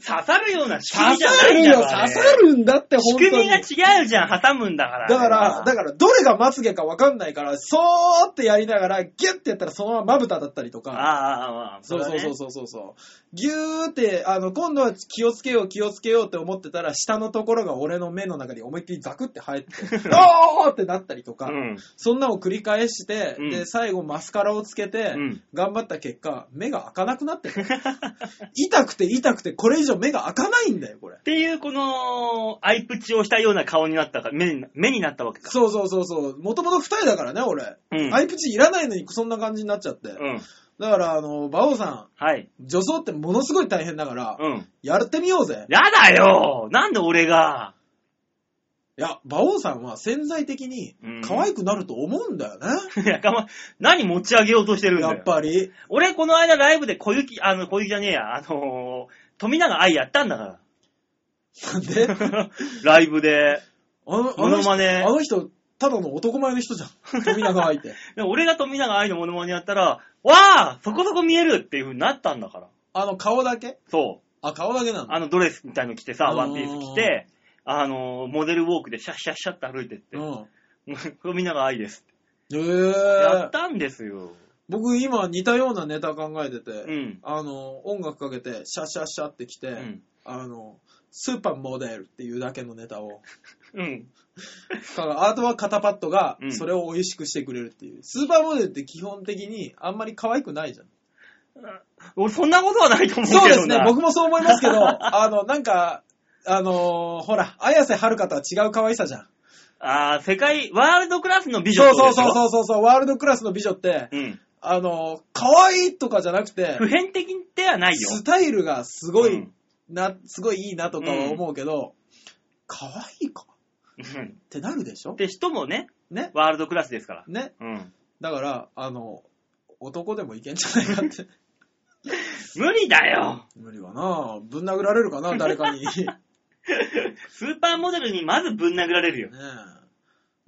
Speaker 2: さるような仕組
Speaker 3: 刺
Speaker 2: みじゃ
Speaker 3: さ
Speaker 2: ないん
Speaker 3: る
Speaker 2: だ
Speaker 3: よ
Speaker 2: からあ
Speaker 3: 刺
Speaker 2: れ
Speaker 3: さるんだって、
Speaker 2: 仕
Speaker 3: 本当
Speaker 2: 組
Speaker 3: に。
Speaker 2: みが違うじゃん、挟むんだから。
Speaker 3: だから、だから、どれがまつげかわかんないから、そーってやりながら、ギュッてやったらそのまままぶただったりと
Speaker 2: あ
Speaker 3: か、
Speaker 2: あ、ああ、ああ、
Speaker 3: そうそうそう
Speaker 2: そ
Speaker 3: そうそうそう。ギューって、あの、今度は気をつけよう気をつけようって思ってたら、下のところが俺の目の中に思いっきりザクって 入って、おーってなったりとか、
Speaker 2: うだね。
Speaker 3: そんなのを繰り返して、
Speaker 2: うん
Speaker 3: で、最後マスカラをつけて、
Speaker 2: うん
Speaker 3: 頑張った結果、目が開かなくなっ てる痛くて痛くて、これ以上目が開かないんだよ、これ
Speaker 2: っ。ていう、この、アイプチをしたような顔になったか、目に目になったわけか。
Speaker 3: そうそうそうそう。もともと二重だからね、俺。
Speaker 2: うん
Speaker 3: アイプチいらないのにそんな感じになっちゃって。
Speaker 2: うん。
Speaker 3: だから、あの、馬王さ
Speaker 2: はい。
Speaker 3: ん、女装ってものすごい大変だから、
Speaker 2: うん。
Speaker 3: やってみようぜ。
Speaker 2: やだよなんで俺が。
Speaker 3: いや、馬王さんは潜在的に
Speaker 2: うん
Speaker 3: 可愛くなると思うんだよね。
Speaker 2: い や、かま、何持ち上げようとしてるんだ
Speaker 3: や
Speaker 2: よ。
Speaker 3: っぱ り。
Speaker 2: 俺、この間ライブで小雪、あの、小雪じゃねえや、あのー、富永愛やったんだか
Speaker 3: なんであ
Speaker 2: ら。 ライブで。
Speaker 3: のあ
Speaker 2: モ
Speaker 3: の
Speaker 2: ノ
Speaker 3: 人、
Speaker 2: マ
Speaker 3: あ
Speaker 2: ネ
Speaker 3: の人、ただの男前の人じゃん。富永相手。
Speaker 2: で俺が富永愛のモノマネやったら、わーそこそこ見えるっていう風になったんだから。
Speaker 3: あの、顔だけ
Speaker 2: そう。
Speaker 3: あ、顔だけなの
Speaker 2: あのドレスみたいの着てさ、
Speaker 3: うん
Speaker 2: ワンピース着て、あのー、モデルウォークでシャッシャッシャッって歩いてって、
Speaker 3: うん。
Speaker 2: 富永愛ですって。
Speaker 3: え
Speaker 2: や
Speaker 3: ー
Speaker 2: っ、たんですよ。
Speaker 3: 僕今似たようなネタ考えてて、
Speaker 2: うん。
Speaker 3: あの、音楽かけて、シャシャシャってきて、
Speaker 2: うん。
Speaker 3: あの、スーパーモデルっていうだけのネ タを。
Speaker 2: うん。
Speaker 3: かあとは肩パッドが
Speaker 2: う、ん
Speaker 3: それを美味しくしてくれるっていう。スーパーモデルって基本的にあんまり可愛くない じゃん。
Speaker 2: 俺、そんなことはないと思うけどな。
Speaker 3: そうですね、僕もそう思いますけど、 あの、なんか、あのーほら、綾瀬はるかとは違う可愛さじゃん。
Speaker 2: あー世界、ワールドクラスの美女
Speaker 3: そうそう
Speaker 2: う
Speaker 3: そうそうそう、ワールドクラスの美女って、
Speaker 2: う。うん。
Speaker 3: あのー可愛いとかじゃなくて、
Speaker 2: 普遍的ではないよ。
Speaker 3: スタイルがすご
Speaker 2: う
Speaker 3: い
Speaker 2: ん
Speaker 3: な、すごいいいなとかは思うけど、可愛いかっ
Speaker 2: うん
Speaker 3: てなるでしょ
Speaker 2: で、人もね、
Speaker 3: ね
Speaker 2: ワールドクラスですから。
Speaker 3: ね。
Speaker 2: うん。
Speaker 3: だから、あの、男でもいけんじゃないか って。
Speaker 2: 無理だよ
Speaker 3: 無理はなぶん殴られるかな誰かに。ね
Speaker 2: スーパーモデルにまずぶん殴られるよ。
Speaker 3: え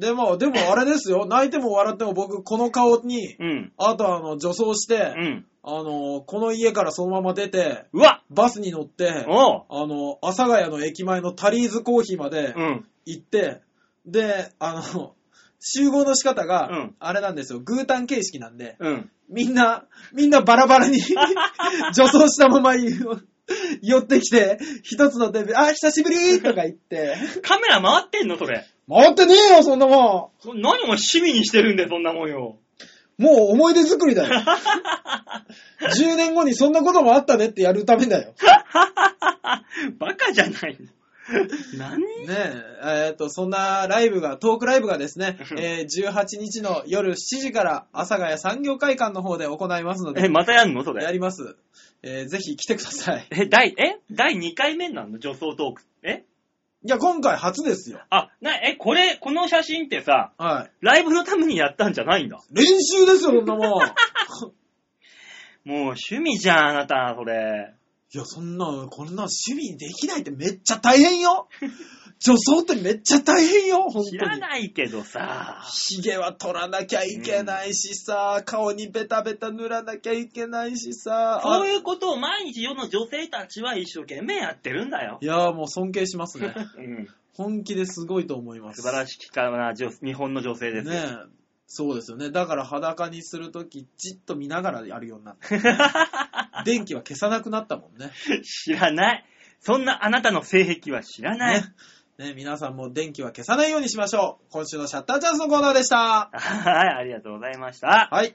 Speaker 3: でも、でもあれですよ。泣いても笑っても僕、この顔に、
Speaker 2: うん。
Speaker 3: あとあの、女装して、
Speaker 2: うん。
Speaker 3: あの、この家からそのまま出て、
Speaker 2: うわ
Speaker 3: バスに乗って、
Speaker 2: おう
Speaker 3: あの、阿佐ヶ谷の駅前のタリーズコーヒーまで
Speaker 2: うん。
Speaker 3: 行って、で、あの、集合の仕方が、
Speaker 2: うん
Speaker 3: あれなんですよ、グータン形式なんで、
Speaker 2: うん。
Speaker 3: みんな、みんなバラバラ に女装したまま寄ってきて、一つのテレビ、あ、久しぶりとか言って、
Speaker 2: カメラ回ってんのそれ。
Speaker 3: 回ってねえよ、そんなも
Speaker 2: そ何を趣味にしてるんだよ、そんなもんよ。
Speaker 3: ん。もう思い出作りだ よ。10年後にそんなこともあったねってやるためだよ。
Speaker 2: バカじゃないの。 何
Speaker 3: ねえ、えっ、と、そんなライブが、トークライブがですね、えー18日の夜7時から、阿佐ヶ谷産業会館の方で行いますの
Speaker 2: え、
Speaker 3: で、
Speaker 2: またやんのそ
Speaker 3: や
Speaker 2: れ。
Speaker 3: ります。えーぜひ来てください。
Speaker 2: え、第、え第2回目なの女装トーク。え
Speaker 3: いや、今回初ですよ。
Speaker 2: あ、な、え、これ、この写真ってさ、
Speaker 3: は
Speaker 2: ライブのためにやったんじゃないんだ。
Speaker 3: い。練習ですよ、こんな もん。
Speaker 2: もう趣味じゃん、あなた、それ。
Speaker 3: いや、そんな、こんな趣味できないってめっちゃ大変 よ。女装ってめっちゃ大変よ、本当に。
Speaker 2: 知らないけどさ。
Speaker 3: ヒゲは取らなきゃいけないしさ、顔にベタベタ塗らなきゃいけないしさ。あ
Speaker 2: そういうことを毎日世の女性たちは一生懸命やってるんだよ。
Speaker 3: いやーもう尊敬し ますね。
Speaker 2: うん、
Speaker 3: 本気ですごいと思います。
Speaker 2: 素晴ら
Speaker 3: し
Speaker 2: しきかな女日本の女性ですよ。
Speaker 3: ねえ。そうですよね。だから裸にするとき、じっと見ながらやるようになっ た、電気は消さなくなったもんね。
Speaker 2: 知らない。そんなあなたの性癖は知らない。
Speaker 3: ねね皆さんも電気は消さないようにしましょう。今週のシャッターチャンスのコーナーでした。
Speaker 2: はい、ありがとうございました。
Speaker 3: はい。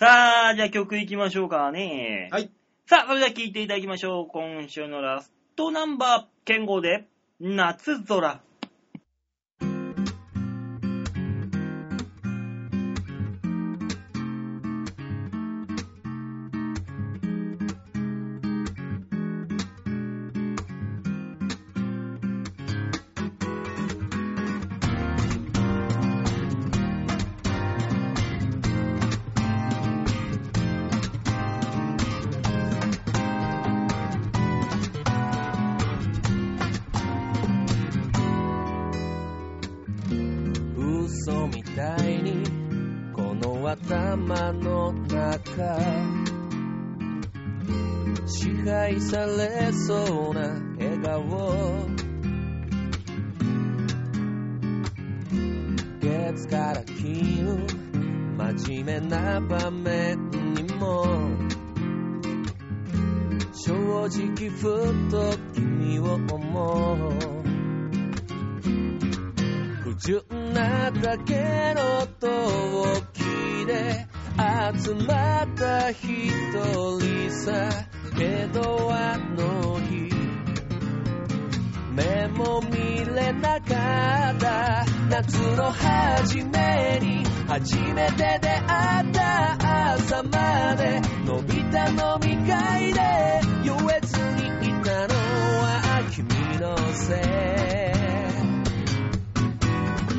Speaker 2: さあ、じゃあ曲いきましょうかね。
Speaker 3: はい。
Speaker 2: さあ、それでは聴いていただきましょう。今週のラストナンバー、剣豪で、夏空。
Speaker 1: 嘘みたいにこの頭の中支配されそうな笑顔月から金真面目な場面にも正直ふっと君を思う不純なだけの陶器で集まった一人さけどあの日目も見れなかった夏の初めに初めて出会った朝まで伸びた飲み会で優越にいたのは君のせ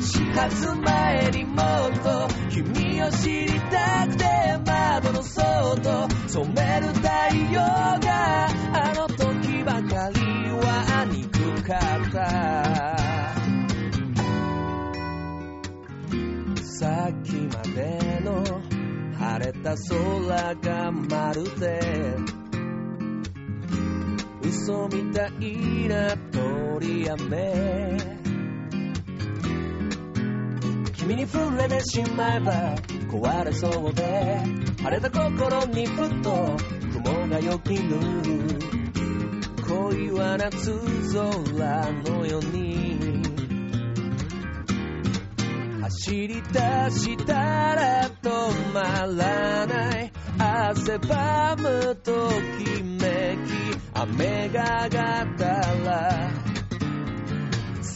Speaker 1: い始発前にもっと君を知りたくて窓の外染める太陽があの時ばかりは憎かったさっきまでの晴れた空がまるで嘘みたいな通り雨君に触れてしまえば壊れそうで晴れた心にふっと雲がよぎる恋は夏空のように走り出したら止まらない汗ばむときめき雨が上がったら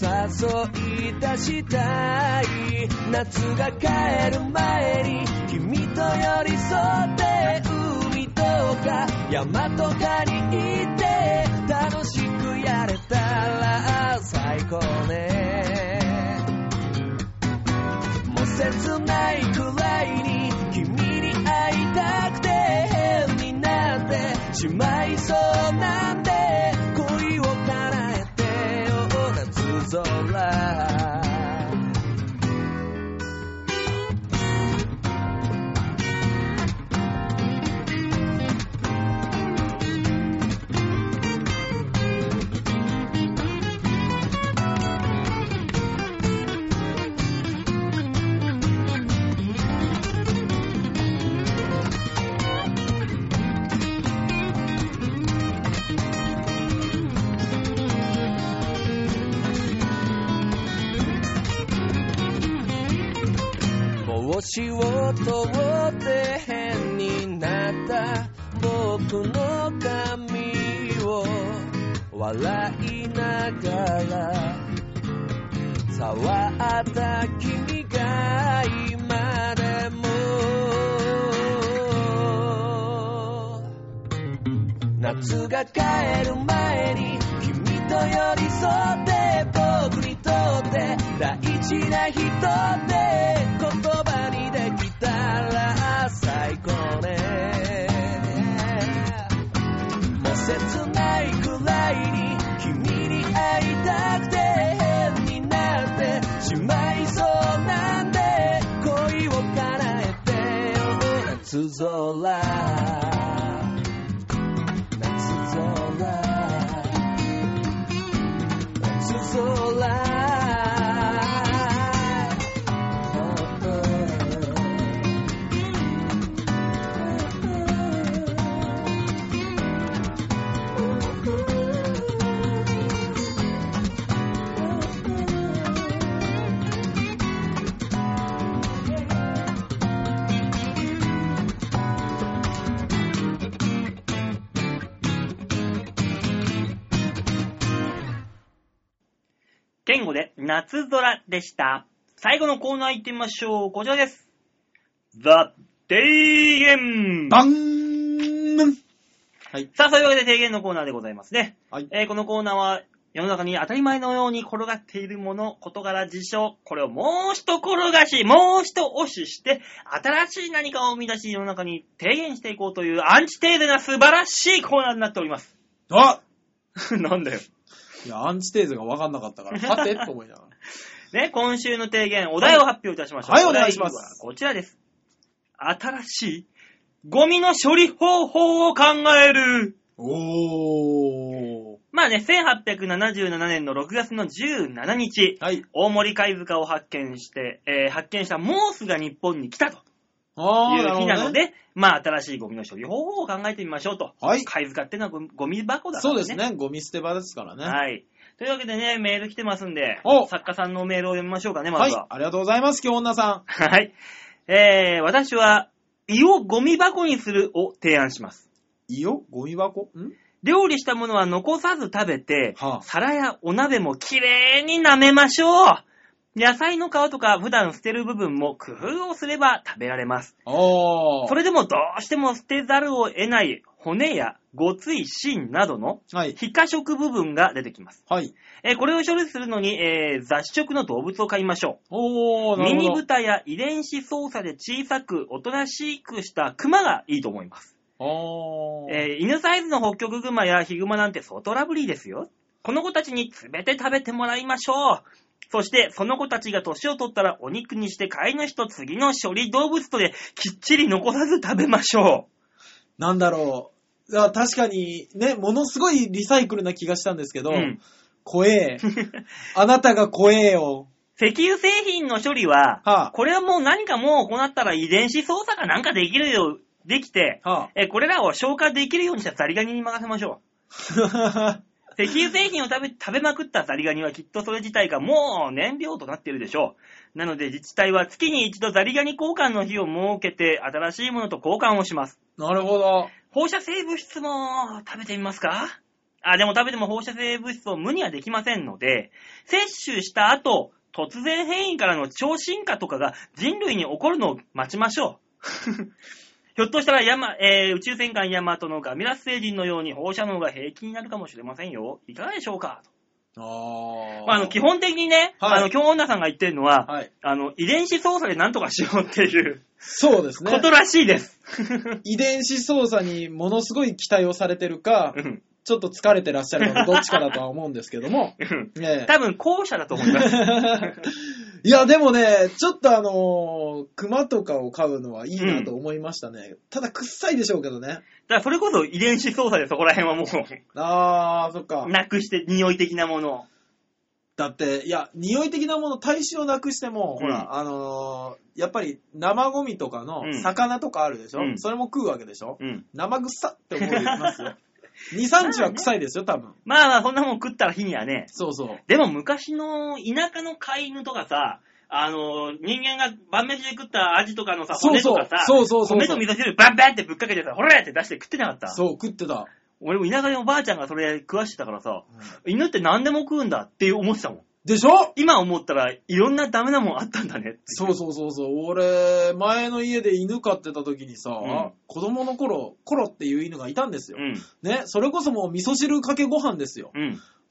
Speaker 1: 誘い出したい夏が帰る前に君と寄り添って海とか山とかに行って楽しくやれたら最高ねもう切ないくらいに君に会いたくて変になってしまいそうなんで恋を叶えてよ夏空帽子を取って変になった僕の髪を笑いながら触った君が今でも夏が帰る前に君とと寄り添って僕にとって大事な人で言葉にできたら最高ねもう切ないくらいに君に会いたくて変になってしまいそうなんで恋を叶えてよ夏空夏空夏空 Uh-huh. Uh-huh.
Speaker 2: 言語で夏空でした。最後のコーナー行ってみましょう。こちらです。ザ・提言
Speaker 3: バンムンはい。
Speaker 2: さあ、そういうわけで提言のコーナーでございますね。
Speaker 3: はい。
Speaker 2: えーこのコーナーは世の中に当たり前のように転がっているもの、事柄、事象、これをもう一転がし、もう一押しして、新しい何かを生み出し、世の中に提言していこうというアンチテーゼな素晴らしいコーナーになっております。
Speaker 3: あ
Speaker 2: なんだよ。
Speaker 3: いや、アンチテーゼが分かんなかっ たから、はてと思いながら。
Speaker 2: ね、今週の提言、お題を発表いたしましょう。
Speaker 3: はいはいお願いします
Speaker 2: 題はこちらです。新しいゴミの処理方法を考える。
Speaker 3: おー。
Speaker 2: まあね、1877年の6月の17日、
Speaker 3: はい。
Speaker 2: 大森貝塚を発見して、えー発見したモースが日本に来たと
Speaker 3: あ
Speaker 2: い
Speaker 3: ー、な
Speaker 2: う
Speaker 3: るほ
Speaker 2: 日
Speaker 3: ど、ね。
Speaker 2: なので、まあ新しいゴミの処理方法を考えてみましょうと。
Speaker 3: はい
Speaker 2: 貝塚ってのはゴミゴミ箱だからね。
Speaker 3: そうですね。ゴミ捨て場ですからね。
Speaker 2: はい。というわけでね、メール来てますんで
Speaker 3: お、
Speaker 2: 作家さんのメールを読みましょうかね、ま
Speaker 3: はい。
Speaker 2: ずは。
Speaker 3: ありがとうございます、京女さん。
Speaker 2: はい。えー、私は、胃をゴミ箱にするを提案します。
Speaker 3: いいよ、ゴミ箱ん
Speaker 2: 料理したものは残さず食べて、
Speaker 3: はあ
Speaker 2: 皿やお鍋もきれいに舐めましょう野菜の皮とか普段捨てる部分も工夫をすれば食べられます。
Speaker 3: おー。
Speaker 2: それでもどうしても捨てざるを得ない骨やごつい芯などの
Speaker 3: はい。
Speaker 2: 非可食部分が出てきます。
Speaker 3: はい。
Speaker 2: えーこれを処理するのに、えー雑食の動物を飼いましょう。
Speaker 3: おー、な
Speaker 2: ミ
Speaker 3: る
Speaker 2: ニ
Speaker 3: ほど。
Speaker 2: 豚や遺伝子操作で小さく、おとなしくしたクマがいいと思います。
Speaker 3: おー。
Speaker 2: えー犬サイズのホッキョクグマやヒグマなんて相当ラブリーですよ。この子たちに全て食べてもらいましょう。そして、その子たちが年を取ったらお肉にして飼い主と次の処理動物とできっちり残さず食べましょ
Speaker 3: なんだろう。いや確かに、ね、ものすごいリサイクルな気がしたんですけ
Speaker 2: う。
Speaker 3: ど、
Speaker 2: うん
Speaker 3: 怖 え。あなたが怖えよ。
Speaker 2: 石油製品の処理は、
Speaker 3: は
Speaker 2: これはもう何かもう行ったら遺伝子操作がなんかできるよう、できて、
Speaker 3: あ、は
Speaker 2: えーこれらを消化できるようにしたザリガニに任せましょう。
Speaker 3: あ。
Speaker 2: 石油製品を食べ食べまくったザリガニはきっとそれ自体がもう燃料となっているでしょう。なので自治体は月に一度ザリガニ交換の日を設けて新しいものと交換をします。
Speaker 3: なるほど。
Speaker 2: 放射性物質も食べてみますかあ、でも食べても放射性物質を無にはできませんので、摂取した後、突然変異からの超進化とかが人類に起こるのを待ちましょう。 ひょっとしたらヤマ、えー宇宙戦艦ヤマトのガミラス星人のように放射能が平気になるかもしれませんよ。いかがでしょうか
Speaker 3: あー。
Speaker 2: まあ、あの基本的にね、
Speaker 3: はい
Speaker 2: あの、京女さんが言ってるのは、
Speaker 3: はい。
Speaker 2: あの、遺伝子操作で何とかしようっていう
Speaker 3: そうです
Speaker 2: こ
Speaker 3: ね。
Speaker 2: とらしいです。
Speaker 3: 遺伝子操作にものすごい期待をされてるか
Speaker 2: う、ん
Speaker 3: ちょっと疲れてらっしゃるのか、どっちかだとは思うんですけど も。
Speaker 2: うん
Speaker 3: ね
Speaker 2: 多分、後者だと思います。
Speaker 3: いや、でもね、ちょっとあのー熊とかを飼うのはいいなと思いましたね。ただ、くっさいでしょうけどね。
Speaker 2: だからそれこそ遺伝子操作でそこら辺はもう、
Speaker 3: あー、そっか。
Speaker 2: なくして匂い的なものを。
Speaker 3: だって、いや、匂い的なもの、体臭をなくしても、ほら、あのーやっぱり生ゴミとかの
Speaker 2: うん
Speaker 3: 魚とかあるでしょ、
Speaker 2: うん
Speaker 3: それも食うわけでしょ、
Speaker 2: うん。
Speaker 3: 生臭って思いま すよ。2、3日は臭いですよ、多分。
Speaker 2: まあまあ、そんなもん食ったら日にはね。
Speaker 3: そうそう。
Speaker 2: でも昔の田舎の飼い犬とかさ、あの、人間が晩飯で食ったアジとかのさ、
Speaker 3: そう
Speaker 2: 骨
Speaker 3: そ
Speaker 2: と
Speaker 3: う
Speaker 2: かさ、
Speaker 3: そうそうそう
Speaker 2: 米と味噌汁バンバンってぶっかけてさ、ほらやって出して食ってなかった。
Speaker 3: そう、食ってた。
Speaker 2: 俺も田舎でおばあちゃんがそれ食わしてたからさ、犬って何でも食うんだって思ってたもん。
Speaker 3: でしょ
Speaker 2: 今思ったらいろんなダメなもんあったんだねって。
Speaker 3: そうそうそうそう。俺、前の家で犬飼ってた時にさ、
Speaker 2: ん
Speaker 3: 子供の頃、コロっていう犬がいたんですよ。
Speaker 2: うん。
Speaker 3: ね、それこそもう味噌汁かけご飯ですよ。
Speaker 2: うん。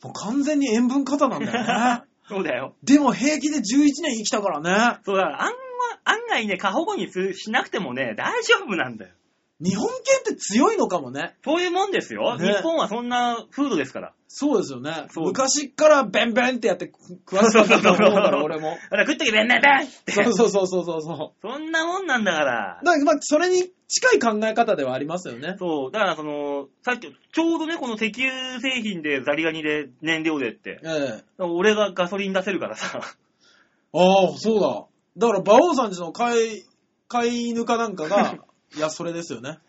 Speaker 3: もう完全に塩分過多なんだ よね。
Speaker 2: そうだよ。
Speaker 3: でも平気で11年生きたからね。
Speaker 2: そうだから、あんま、案外ね、過保護にすしなくてもね、大丈夫なんだよ。
Speaker 3: 日本犬って強いのかもね。
Speaker 2: そういうもんですよ。
Speaker 3: ね
Speaker 2: 日本はそんな風土ですから。
Speaker 3: そうですよね。
Speaker 2: そう
Speaker 3: 昔っからベンベンってやって食食わせてたと 思うから、俺も。
Speaker 2: だから食ってけべんべんべんって。
Speaker 3: そうそうそうそうそうそ
Speaker 2: そんなもんなんだから
Speaker 3: う。。だからまあ、それに近い考え方ではありますよね。
Speaker 2: そう、だからその、さっき、ちょうどね、この石油製品でザリガニで燃料でって。
Speaker 3: ええ。
Speaker 2: 俺がガソリン出せるから さ。
Speaker 3: ああ、そうだ。だから、馬王さんちの飼い、飼い犬かなんか が、いや、それですよ ね。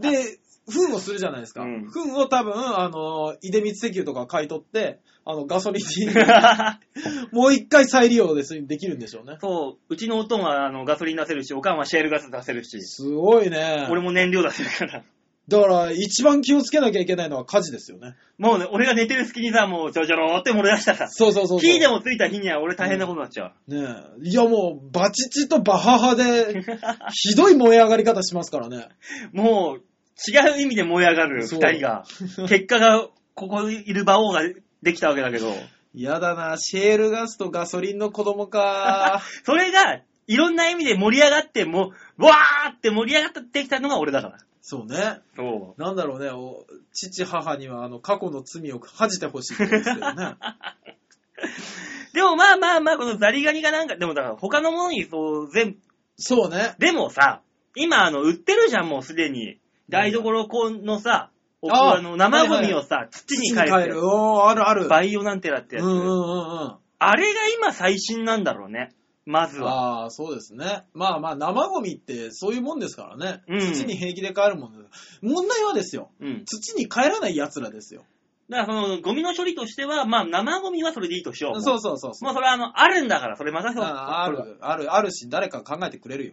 Speaker 3: で、糞をするじゃないですか。
Speaker 2: うん
Speaker 3: 糞を多分、あの、出光石油とか買い取って、あの、ガソリンに、 もう一回再利用です、できるんでしょうね。
Speaker 2: そう、うちのおとんはあのガソリン出せるし、おかんはシェールガス出せるし、
Speaker 3: すごいね。
Speaker 2: 俺も燃料出せるから。
Speaker 3: だから、一番気をつけなきゃいけないのは火事ですよね。
Speaker 2: もうね、俺が寝てる隙にさ、もうちょろちょろって漏れ出したら、
Speaker 3: そうそうそうそう。
Speaker 2: 火でもついた日には俺大変なことになっち ゃう。
Speaker 3: ねえ。いや、もう、バチチとバハハで、 ひどい燃え上がり方しますからね。
Speaker 2: もう、違う意味で燃え上がる、二
Speaker 3: そう
Speaker 2: 人が。結果が、ここいる馬王ができたわけだけど、
Speaker 3: 嫌だな、シェールガスとガソリンの子供か。
Speaker 2: それが、いろんな意味で盛り上がって、もう、わーって盛り上がってきたのが俺だから。
Speaker 3: そうね。
Speaker 2: そう。
Speaker 3: なんだろうね、お父、母には、あの、過去の罪を恥じてほしいってことですけ どね。
Speaker 2: でもまあまあまあ、このザリガニがなんか、でもだから他のものにそう、全部、
Speaker 3: そうね。
Speaker 2: でもさ、今あの、売ってるじゃん、もうすでに。台所このさ、お
Speaker 3: あ
Speaker 2: あの生ゴミをさ、土に変え
Speaker 3: え
Speaker 2: て、
Speaker 3: る。おー、あるある。
Speaker 2: バイオなんてらってやつ。
Speaker 3: うんうんうんうん。
Speaker 2: あれが今最新なんだろうね。まずは。
Speaker 3: ああ、そうですね。まあまあ、生ゴミってそういうもんですからね。
Speaker 2: うん
Speaker 3: 土に平気で帰るもんです。問題はですよ。
Speaker 2: うん。
Speaker 3: 土に帰らない奴らですよ。
Speaker 2: だからその、ゴミの処理としては、まあ生ゴミはそれでいいとしよう。。
Speaker 3: そううそうそうそう。
Speaker 2: まあそれはあの、あるんだから、それまたそう。
Speaker 3: あある、ある、あるし、誰か考えてくれるよ。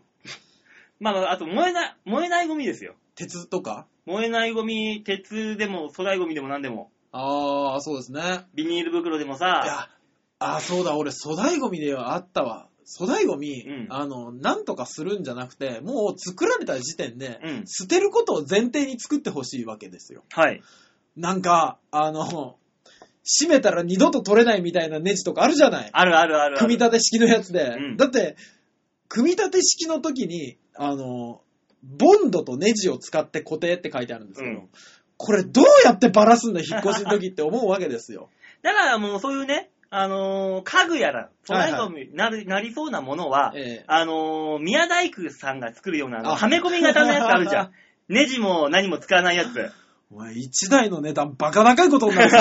Speaker 2: まあまあ、あと燃えない、燃えないゴミですよ。
Speaker 3: 鉄とか
Speaker 2: 燃えないゴミ、鉄でも粗大ゴミでも何でも、
Speaker 3: ああ、そうですね。
Speaker 2: ビニール袋でも
Speaker 3: い
Speaker 2: さ、
Speaker 3: や、あーそうだ、俺、粗大ゴミではあったわ。粗大ゴミ、
Speaker 2: うん
Speaker 3: あの、なんとかするんじゃなくて、もう作られた時点で、
Speaker 2: うん
Speaker 3: 捨てることを前提に作ってほしいわけですよ。
Speaker 2: はい。
Speaker 3: なんか、あの、閉めたら二度と取れないみたいなネジとかあるじゃない
Speaker 2: あるあるあるある。
Speaker 3: 組み立て式のやつで。
Speaker 2: うん
Speaker 3: だって、組み立て式の時に、あの、ボンドとネジを使って固定って書いてあるんですけど、
Speaker 2: うん
Speaker 3: これどうやってバラすんだ、引っ越しの時って思うわけですよ。
Speaker 2: だからもうそういうね、あのー家具やら、粗大ゴミになる、なりそうなものは、
Speaker 3: ええ
Speaker 2: あのー宮大工さんが作るような、あの
Speaker 3: あ
Speaker 2: はめ込み型のやつあるじ ゃん。ネジも何も使わないやつ。
Speaker 3: お前、一台の値段バカ高いことになるぞ。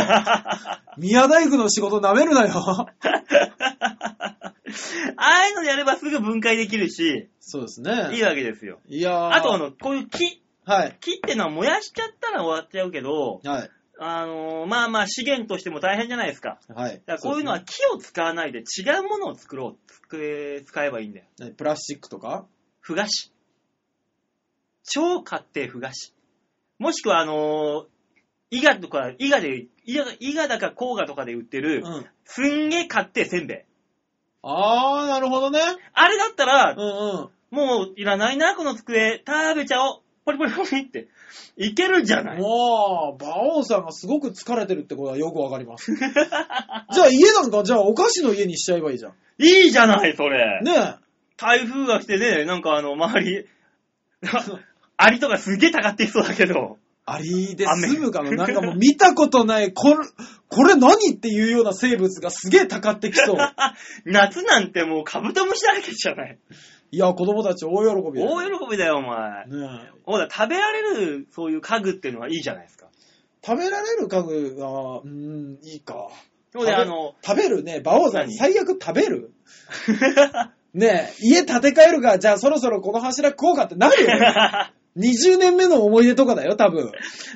Speaker 3: 宮大工の仕事舐めるなよ。
Speaker 2: ああいうのやればすぐ分解できるし、
Speaker 3: そうです
Speaker 2: い
Speaker 3: ね
Speaker 2: い。わけですよ。
Speaker 3: いやー
Speaker 2: あとあ、の、こういう木、
Speaker 3: はい。
Speaker 2: 木ってのは燃やしちゃったら終わっちゃうけど、
Speaker 3: はい。
Speaker 2: あのーまあまあ資源としても大変じゃないですか。
Speaker 3: はい。
Speaker 2: だからこういうのは木を使わないで違うものを作ろう。使使えばいいんだよ。
Speaker 3: そうですね、何プラスチックとか
Speaker 2: ふがし。超買ってふがし。もしくは、あのー、伊賀とか、伊賀で、伊賀伊賀だか甲賀とかで売って
Speaker 3: う
Speaker 2: る、
Speaker 3: ん。
Speaker 2: すんげえ買ってせんべい。
Speaker 3: あー、なるほどね。
Speaker 2: あれだったら
Speaker 3: う、んうん。
Speaker 2: もういらないな、この机。食べちゃおう。ポリポリポリって。いけるんじゃない
Speaker 3: もう、馬王さんがすごく疲れてるってことはよくわか ります。じゃあ家なんか、じゃあお菓子の家にしちゃえばいいじゃん。
Speaker 2: いいじゃない、それ。
Speaker 3: ねえ。
Speaker 2: 台風が来てね、なんかあの、周り、 アリとかすげえたかっていそうだけど。
Speaker 3: ありで済むかななんかもう見たことない、これ、これ何っていうような生物がすげえたかってきそう。
Speaker 2: 夏なんてもうカブトムシだらけじゃない。
Speaker 3: いや、子供たち大喜びだよ
Speaker 2: 大喜びだよ、お前。
Speaker 3: ねえ。
Speaker 2: ほら、食べられる、そういう家具っていうのはいいじゃないですか。
Speaker 3: 食べられる家具が、うーん、いいか。
Speaker 2: そうで、
Speaker 3: 食べ
Speaker 2: あの、
Speaker 3: 食べるね、馬王さん、
Speaker 2: 何
Speaker 3: 最悪食べるねえ、家建て替えるか、じゃあそろそろこの柱食おうかってなるよ ね。20 年目の思い出とかだよ、多分。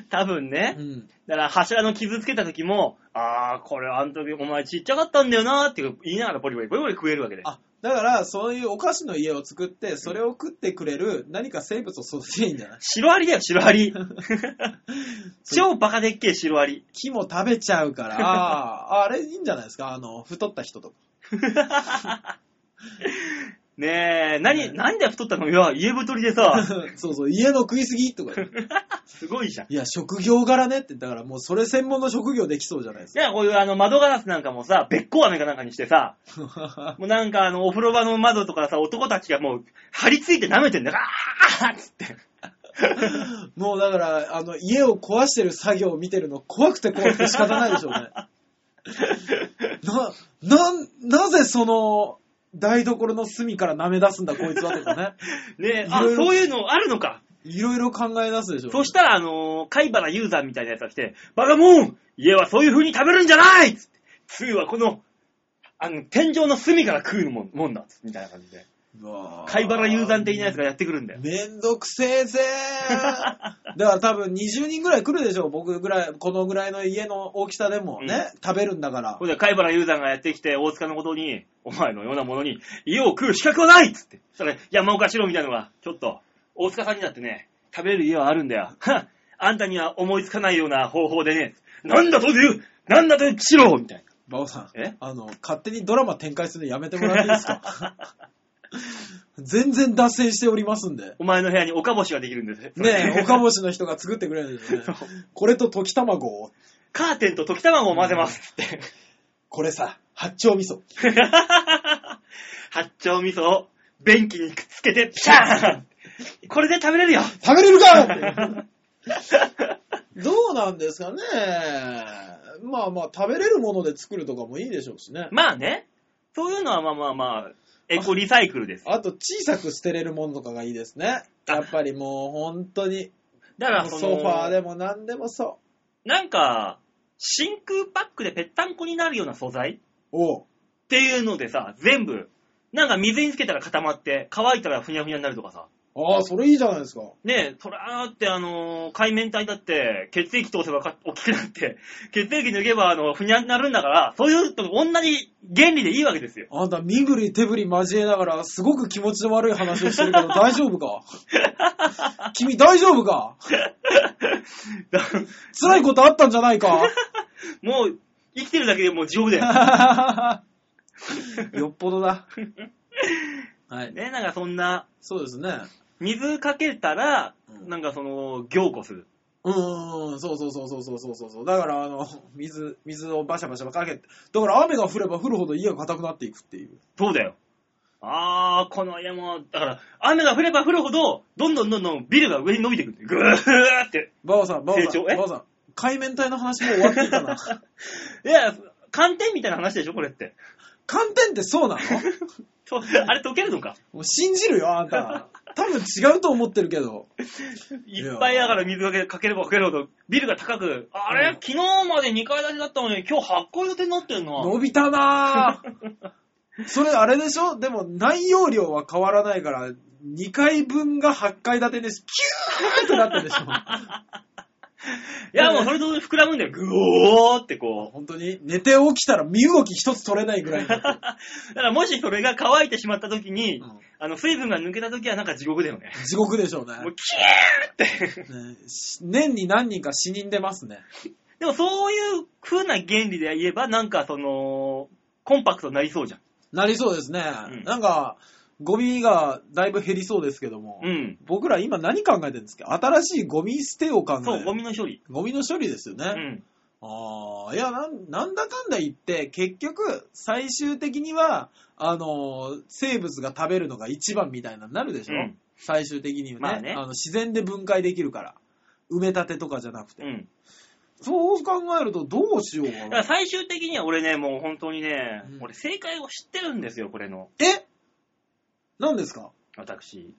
Speaker 2: 多分ね
Speaker 3: う、ん。
Speaker 2: だから柱の傷つけた時も、あー、これあの時お前ちっちゃかったんだよなーって言いながらポリポリポリポリ食えるわけで。
Speaker 3: あ、だから、そういうお菓子の家を作って、それを食ってくれる何か生物を育てていいんじゃ ない
Speaker 2: シロアリだよ、シロアリ。超バカでっけえシロアリ。
Speaker 3: 木も食べちゃうから、 あーあれいいんじゃないですかあの、太った人とか。
Speaker 2: ねえ、何、なんで太ったのいや、家太りでさ、
Speaker 3: そうそう、家の食いすぎとか言う。
Speaker 2: すごいじゃん。
Speaker 3: いや、職業柄ねって、だからもうそれ専門の職業できそうじゃないです
Speaker 2: いや、こういうあの窓ガラスなんかもさ、べっこう飴かなんかにしてさ、
Speaker 3: か。
Speaker 2: もうなんかあのお風呂場の窓とかさ、男たちがもう張り付いて舐めてんだよ。あーっつって。
Speaker 3: もうだから、あの、家を壊してる作業を見てるの怖くて怖くて仕方ないでしょうね。 な、なん、なぜその、台所の隅から舐め出すんだこいつはとかね。
Speaker 2: ねえ、
Speaker 3: い
Speaker 2: あ、
Speaker 3: ろいろ
Speaker 2: そういうのあるのか。
Speaker 3: いろいろ考え出すでしょうね、
Speaker 2: そしたら、あのー、貝原雄山みたいなやつが来て、バカモン家はそういう風に食べるんじゃないっつって、2はこの、あの、天井の隅から食うもんもんだっつってみたいな感じで。
Speaker 3: うわー
Speaker 2: 貝原雄山的なやつがやってくるんだよ。
Speaker 3: めんどくせえぜー だから多分20人ぐらい来るでしょう僕ぐらい、このぐらいの家の大きさでもね、食べるんだから
Speaker 2: ほ。んで、貝原雄山がやってきて、大塚のことに、お前のようなものに、家を食う資格はないっつって。そしたら、山岡四郎みたいなのが、ちょっと、大塚さんになってね、食べれる家はあるんだよ。 はっあんたには思いつかないような方法でね、なんだという、なんだという四郎みたいな。
Speaker 3: バオさん
Speaker 2: え、
Speaker 3: あの、勝手にドラマ展開するのやめてもらっていいです か全然脱線しておりますんで。
Speaker 2: お前の部屋におかぼしができるんですね
Speaker 3: ねえ、岡星の人が作ってくれる んですよね。これと溶き卵を、
Speaker 2: カーテンと溶き卵を混ぜますって。
Speaker 3: これさ、八丁味噌。
Speaker 2: 八丁味噌を便器にくっつけて、ピシャーンこれで食べれるよ
Speaker 3: 食べれるか どうなんですかねまあまあ、食べれるもので作るとかもいいでしょうしね。
Speaker 2: まあね、そういうのはまあまあまあ、エコリサイクルです。
Speaker 3: あと、小さく捨てれるものとかがいいですね。やっぱりもう、本当に。
Speaker 2: だからそ
Speaker 3: ソファー
Speaker 2: の、
Speaker 3: でも何でもそ
Speaker 2: なんか、真空パックでぺったんこになるような素材
Speaker 3: う。おう。
Speaker 2: っていうのでさ、全部、なんか水につけたら固まって、乾いたらふにゃふにゃになるとかさ。
Speaker 3: ああ、それいいじゃないですか。
Speaker 2: ねえ、そらーってあのー海綿体だって、血液通せばか大きくなって、 血液抜けば、あの、ふにゃになるんだから、そういうと同じ原理でいいわけですよ。
Speaker 3: あんた、身振り手振り交えながら、すごく気持ちの悪い話をしてるけど、大丈夫 か君大丈夫か
Speaker 2: だ
Speaker 3: 辛いことあったんじゃないか
Speaker 2: もう、生きてるだけでもう地獄だよ。
Speaker 3: よっぽどだ。はい。
Speaker 2: ねなんかそんな、
Speaker 3: そうですね。
Speaker 2: 水かけたら、
Speaker 3: うん
Speaker 2: なんかその、凝固する。
Speaker 3: うーん、そうそうそうそうそうそうそうだから、あの、水、水をバシャバシャかけて、だから雨が降れば降るほど家が硬くなっていくっていう。
Speaker 2: そうだよ。あー、この家も、だから、雨が降れば降るほど、どんどんどんどんビルが上に伸びてくる。ぐーって。
Speaker 3: バオさん、バオ
Speaker 2: 成
Speaker 3: さん、
Speaker 2: 長え
Speaker 3: バオさん、海綿体の話もう終わっていいか な。
Speaker 2: いや、寒天みたいな話でしょ、これって。
Speaker 3: 寒天ってそうなの
Speaker 2: とあれ溶けるのか
Speaker 3: もう信じるよ、あんた。多分違うと思ってるけど。
Speaker 2: いっぱいだから水かけかければかけるほど、ビルが高く、あれ、
Speaker 3: うん
Speaker 2: 昨日まで2階建てだったのに、今日8階建てになってんな。
Speaker 3: 伸びたなぁ。 それあれでしょでも内容量は変わらないから、2階分が8階建てです。キューってなってるでし ょ。
Speaker 2: いや、もうそれと膨らむんだよ。ぐおーってこ
Speaker 3: 本当に寝て起きたら身動き一つ取れないぐらいになってる。
Speaker 2: う。だからもしそれが乾いてしまった時に、
Speaker 3: うん
Speaker 2: あの、水分が抜けた時はなんか地獄だよね。
Speaker 3: 地獄でしょうね。
Speaker 2: もう、キューって。
Speaker 3: ねし年に何人か死人出ますね。
Speaker 2: でもそういう風な原理で言えば、なんかその、コンパクトになりそうじゃん。
Speaker 3: なりそうですね。
Speaker 2: うん
Speaker 3: なんか、ゴミがだいぶ減りそうですけども。
Speaker 2: うん。
Speaker 3: 僕ら今何考えてるんですか新しいゴミ捨てを考える。
Speaker 2: そう、ゴミの処理。
Speaker 3: ゴミの処理ですよね。
Speaker 2: うん。
Speaker 3: ああ、いやなん、なんだかんだ言って、結局、最終的には、あのー生物が食べるのが一番みたいなのになるでしょ、
Speaker 2: うん
Speaker 3: 最終的にはね,、
Speaker 2: まあね
Speaker 3: の。自然で分解できるから。埋め立てとかじゃなくて。
Speaker 2: うん。
Speaker 3: そう考えるとどうしようか
Speaker 2: だから
Speaker 3: な。
Speaker 2: 最終的には俺ね、もう本当にね、
Speaker 3: うん
Speaker 2: 俺正解を知ってるんですよ、これの。
Speaker 3: え何ですか
Speaker 2: 私。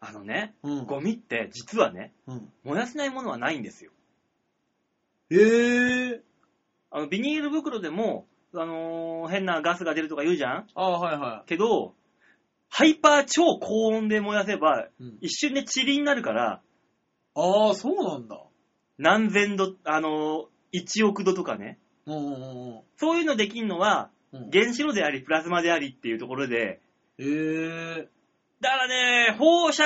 Speaker 2: あのね、
Speaker 3: うん。
Speaker 2: ゴミって実はね、
Speaker 3: うん、
Speaker 2: 燃やせないものはないんですよ。
Speaker 3: えー。
Speaker 2: あの、ビニール袋でも、あのー変なガスが出るとか言うじゃん
Speaker 3: ああ、はいは
Speaker 2: けど、ハイパー超高温で燃やせば、
Speaker 3: い。うん、
Speaker 2: 一瞬で塵になるから、
Speaker 3: ああ、そうなんだ。
Speaker 2: 何千度、あのー1億度とかね。
Speaker 3: うんうんうん
Speaker 2: そういうのできんのは、
Speaker 3: うんうん。
Speaker 2: 原子炉であり、プラスマでありっていうところで、
Speaker 3: えー。
Speaker 2: だからね、放射、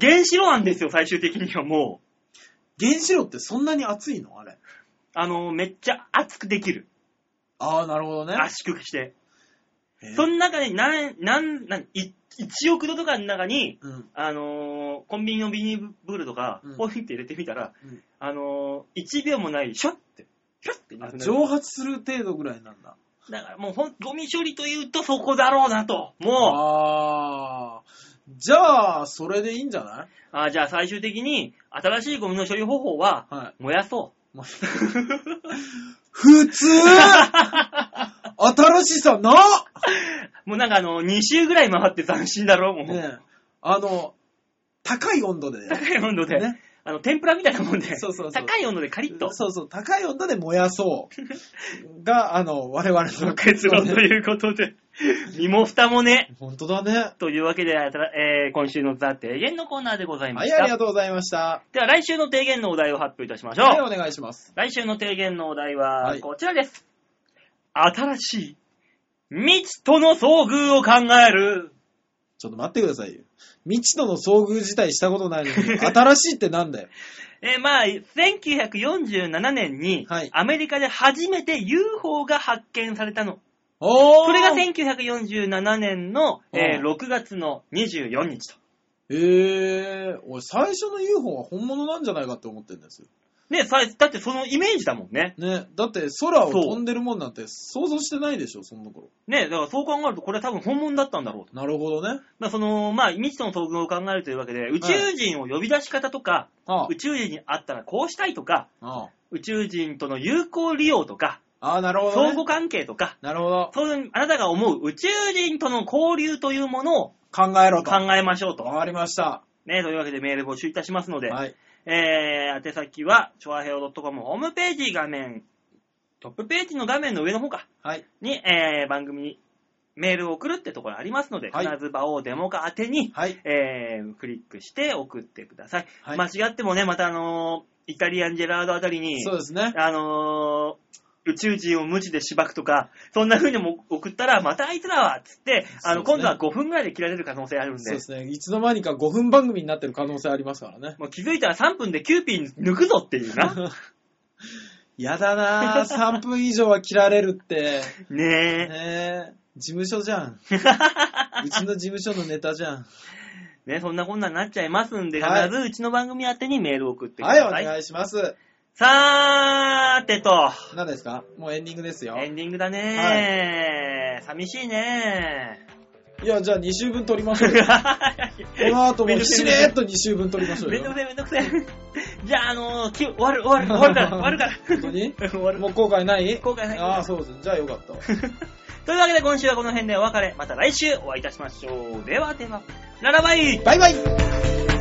Speaker 2: 原子炉なんですよ、最終的にはもう。
Speaker 3: 原子炉ってそんなに熱いのあれ。
Speaker 2: あのーめっちゃ熱くできる。
Speaker 3: ああ、なるほどね。
Speaker 2: 圧縮して。
Speaker 3: え
Speaker 2: その中に何、何、何、い1億度とかの中に、
Speaker 3: うん。
Speaker 2: あのーコンビニのビニーブルとか
Speaker 3: うん、
Speaker 2: ポイって入れてみたら、
Speaker 3: うん
Speaker 2: あのー1秒もない、シュッて、シュッてな
Speaker 3: あ
Speaker 2: くなる
Speaker 3: 蒸発する程度ぐらいなんだ。
Speaker 2: だからもうほん、ゴミ処理というとそこだろうなと。もう、
Speaker 3: ああ。じゃあ、それでいいんじゃない
Speaker 2: あじゃあ最終的に、新しいゴミの処理方法は、
Speaker 3: はい。
Speaker 2: 燃やそ
Speaker 3: ま普 通新しさな
Speaker 2: う。 もうなんかあの、2周ぐらい回って斬新だろ、もう。
Speaker 3: ねえあの、高い温度でね。
Speaker 2: 高い温度で、
Speaker 3: ね
Speaker 2: あの、天ぷらみたいなもんで、
Speaker 3: そうそうそう
Speaker 2: 高い温度でカリッと。
Speaker 3: そうそう、高い温度で燃やそう。が、あの、我々の
Speaker 2: 結論ということ で、身も蓋もね。
Speaker 3: 本当だね。
Speaker 2: というわけで、あたらえー今週のザ・提言のコーナーでございま
Speaker 3: は
Speaker 2: し
Speaker 3: い、
Speaker 2: た。
Speaker 3: ありがとうございました。
Speaker 2: では来週の提言のお題を発表いたしましょう。
Speaker 3: はい、お願いします。
Speaker 2: 来週の提言のお題
Speaker 3: は
Speaker 2: はいこちらです。新しい未知との遭遇を考える。
Speaker 3: ちょっと待ってくださいよ。未知との遭遇自体したことないのに、新しいってなん だよ。
Speaker 2: えーまあ、1947年に
Speaker 3: はい
Speaker 2: アメリカで初めて UFO が発見されたの。
Speaker 3: おー
Speaker 2: それが1947年の、えー
Speaker 3: うん
Speaker 2: 6月の24日と。
Speaker 3: えー、俺最初の UFO は本物なんじゃないかって思ってるんですよ。
Speaker 2: ね、さだってそのイメージだもんね。
Speaker 3: ね、だって空を飛んでるもんなんて想像してないでしょ、そんな頃。
Speaker 2: ね、だからそう考えるとこれは多分本物だったんだろうと。
Speaker 3: なるほどね。
Speaker 2: まあ、その、まあ、未知との遭遇を考えるというわけで、宇宙人を呼び出し方とか、
Speaker 3: ああ
Speaker 2: 宇宙人に会ったらこうしたいとか、
Speaker 3: あ
Speaker 2: 宇宙人との有効利用とか、
Speaker 3: あ、ああなるほど、
Speaker 2: 相
Speaker 3: ね。
Speaker 2: 互関係とか、
Speaker 3: なるほど。
Speaker 2: そういう、あなたが思う宇宙人との交流というものを
Speaker 3: 考えろと。
Speaker 2: 考えましょうと。
Speaker 3: わかりました。
Speaker 2: ね、というわけでメール募集いたしますので、
Speaker 3: はい。
Speaker 2: えー、宛先は、c h o a h e o c o m ホームページ画面、トップページの画面の上の方か、
Speaker 3: はい。
Speaker 2: に、えー、番組にメールを送るってところありますので、
Speaker 3: はい
Speaker 2: 必ず場をデモか宛てに、
Speaker 3: はい。
Speaker 2: えー、クリックして送ってください。
Speaker 3: はい
Speaker 2: 間違ってもね、またあのーイタリアンジェラードあたりに、
Speaker 3: そうですね。
Speaker 2: あのー宇宙人を無知でしばくとか、そんな風にも送ったら、またあいつらはっつって、あの、今
Speaker 3: そうですね
Speaker 2: 度は5分ぐらいで切られる可能性あるんで、
Speaker 3: そうですね。いつの間にか5分番組になってる可能性ありますからね。
Speaker 2: もう気づいたら3分でキューピー抜くぞっていうな。
Speaker 3: やだなぁ、3分以上は切られるって。
Speaker 2: ねえ。
Speaker 3: ねえ、事務所 じゃん。うちの事務所のネタじゃん。
Speaker 2: ね、そんなこんなになっちゃいますんで、必
Speaker 3: はい
Speaker 2: ずうちの番組宛てにメールを送ってくだ
Speaker 3: はい、お
Speaker 2: さい。
Speaker 3: 願いします。
Speaker 2: さーてと、
Speaker 3: 何ですかもうエンディングですよ。
Speaker 2: エンディングだねー、寂しいね
Speaker 3: いや、じゃあ2週分撮りましょ うよ。こ
Speaker 2: ー。
Speaker 3: の後
Speaker 2: めん
Speaker 3: も
Speaker 2: どくせ
Speaker 3: し
Speaker 2: え
Speaker 3: れっと2週分撮りましょう
Speaker 2: めんど
Speaker 3: よ
Speaker 2: く。せえめん どくせえ。じゃあ、あのーき終わる、終わる、終わる から、終わるから。
Speaker 3: 本当に
Speaker 2: 終わる
Speaker 3: もう後悔ない
Speaker 2: 後悔ない
Speaker 3: ああ、そうです。じゃあよかったわ。
Speaker 2: というわけで今週はこの辺でお別れ。また来週お会いいたしましょう。ではでは、ララバイ
Speaker 3: バイバイ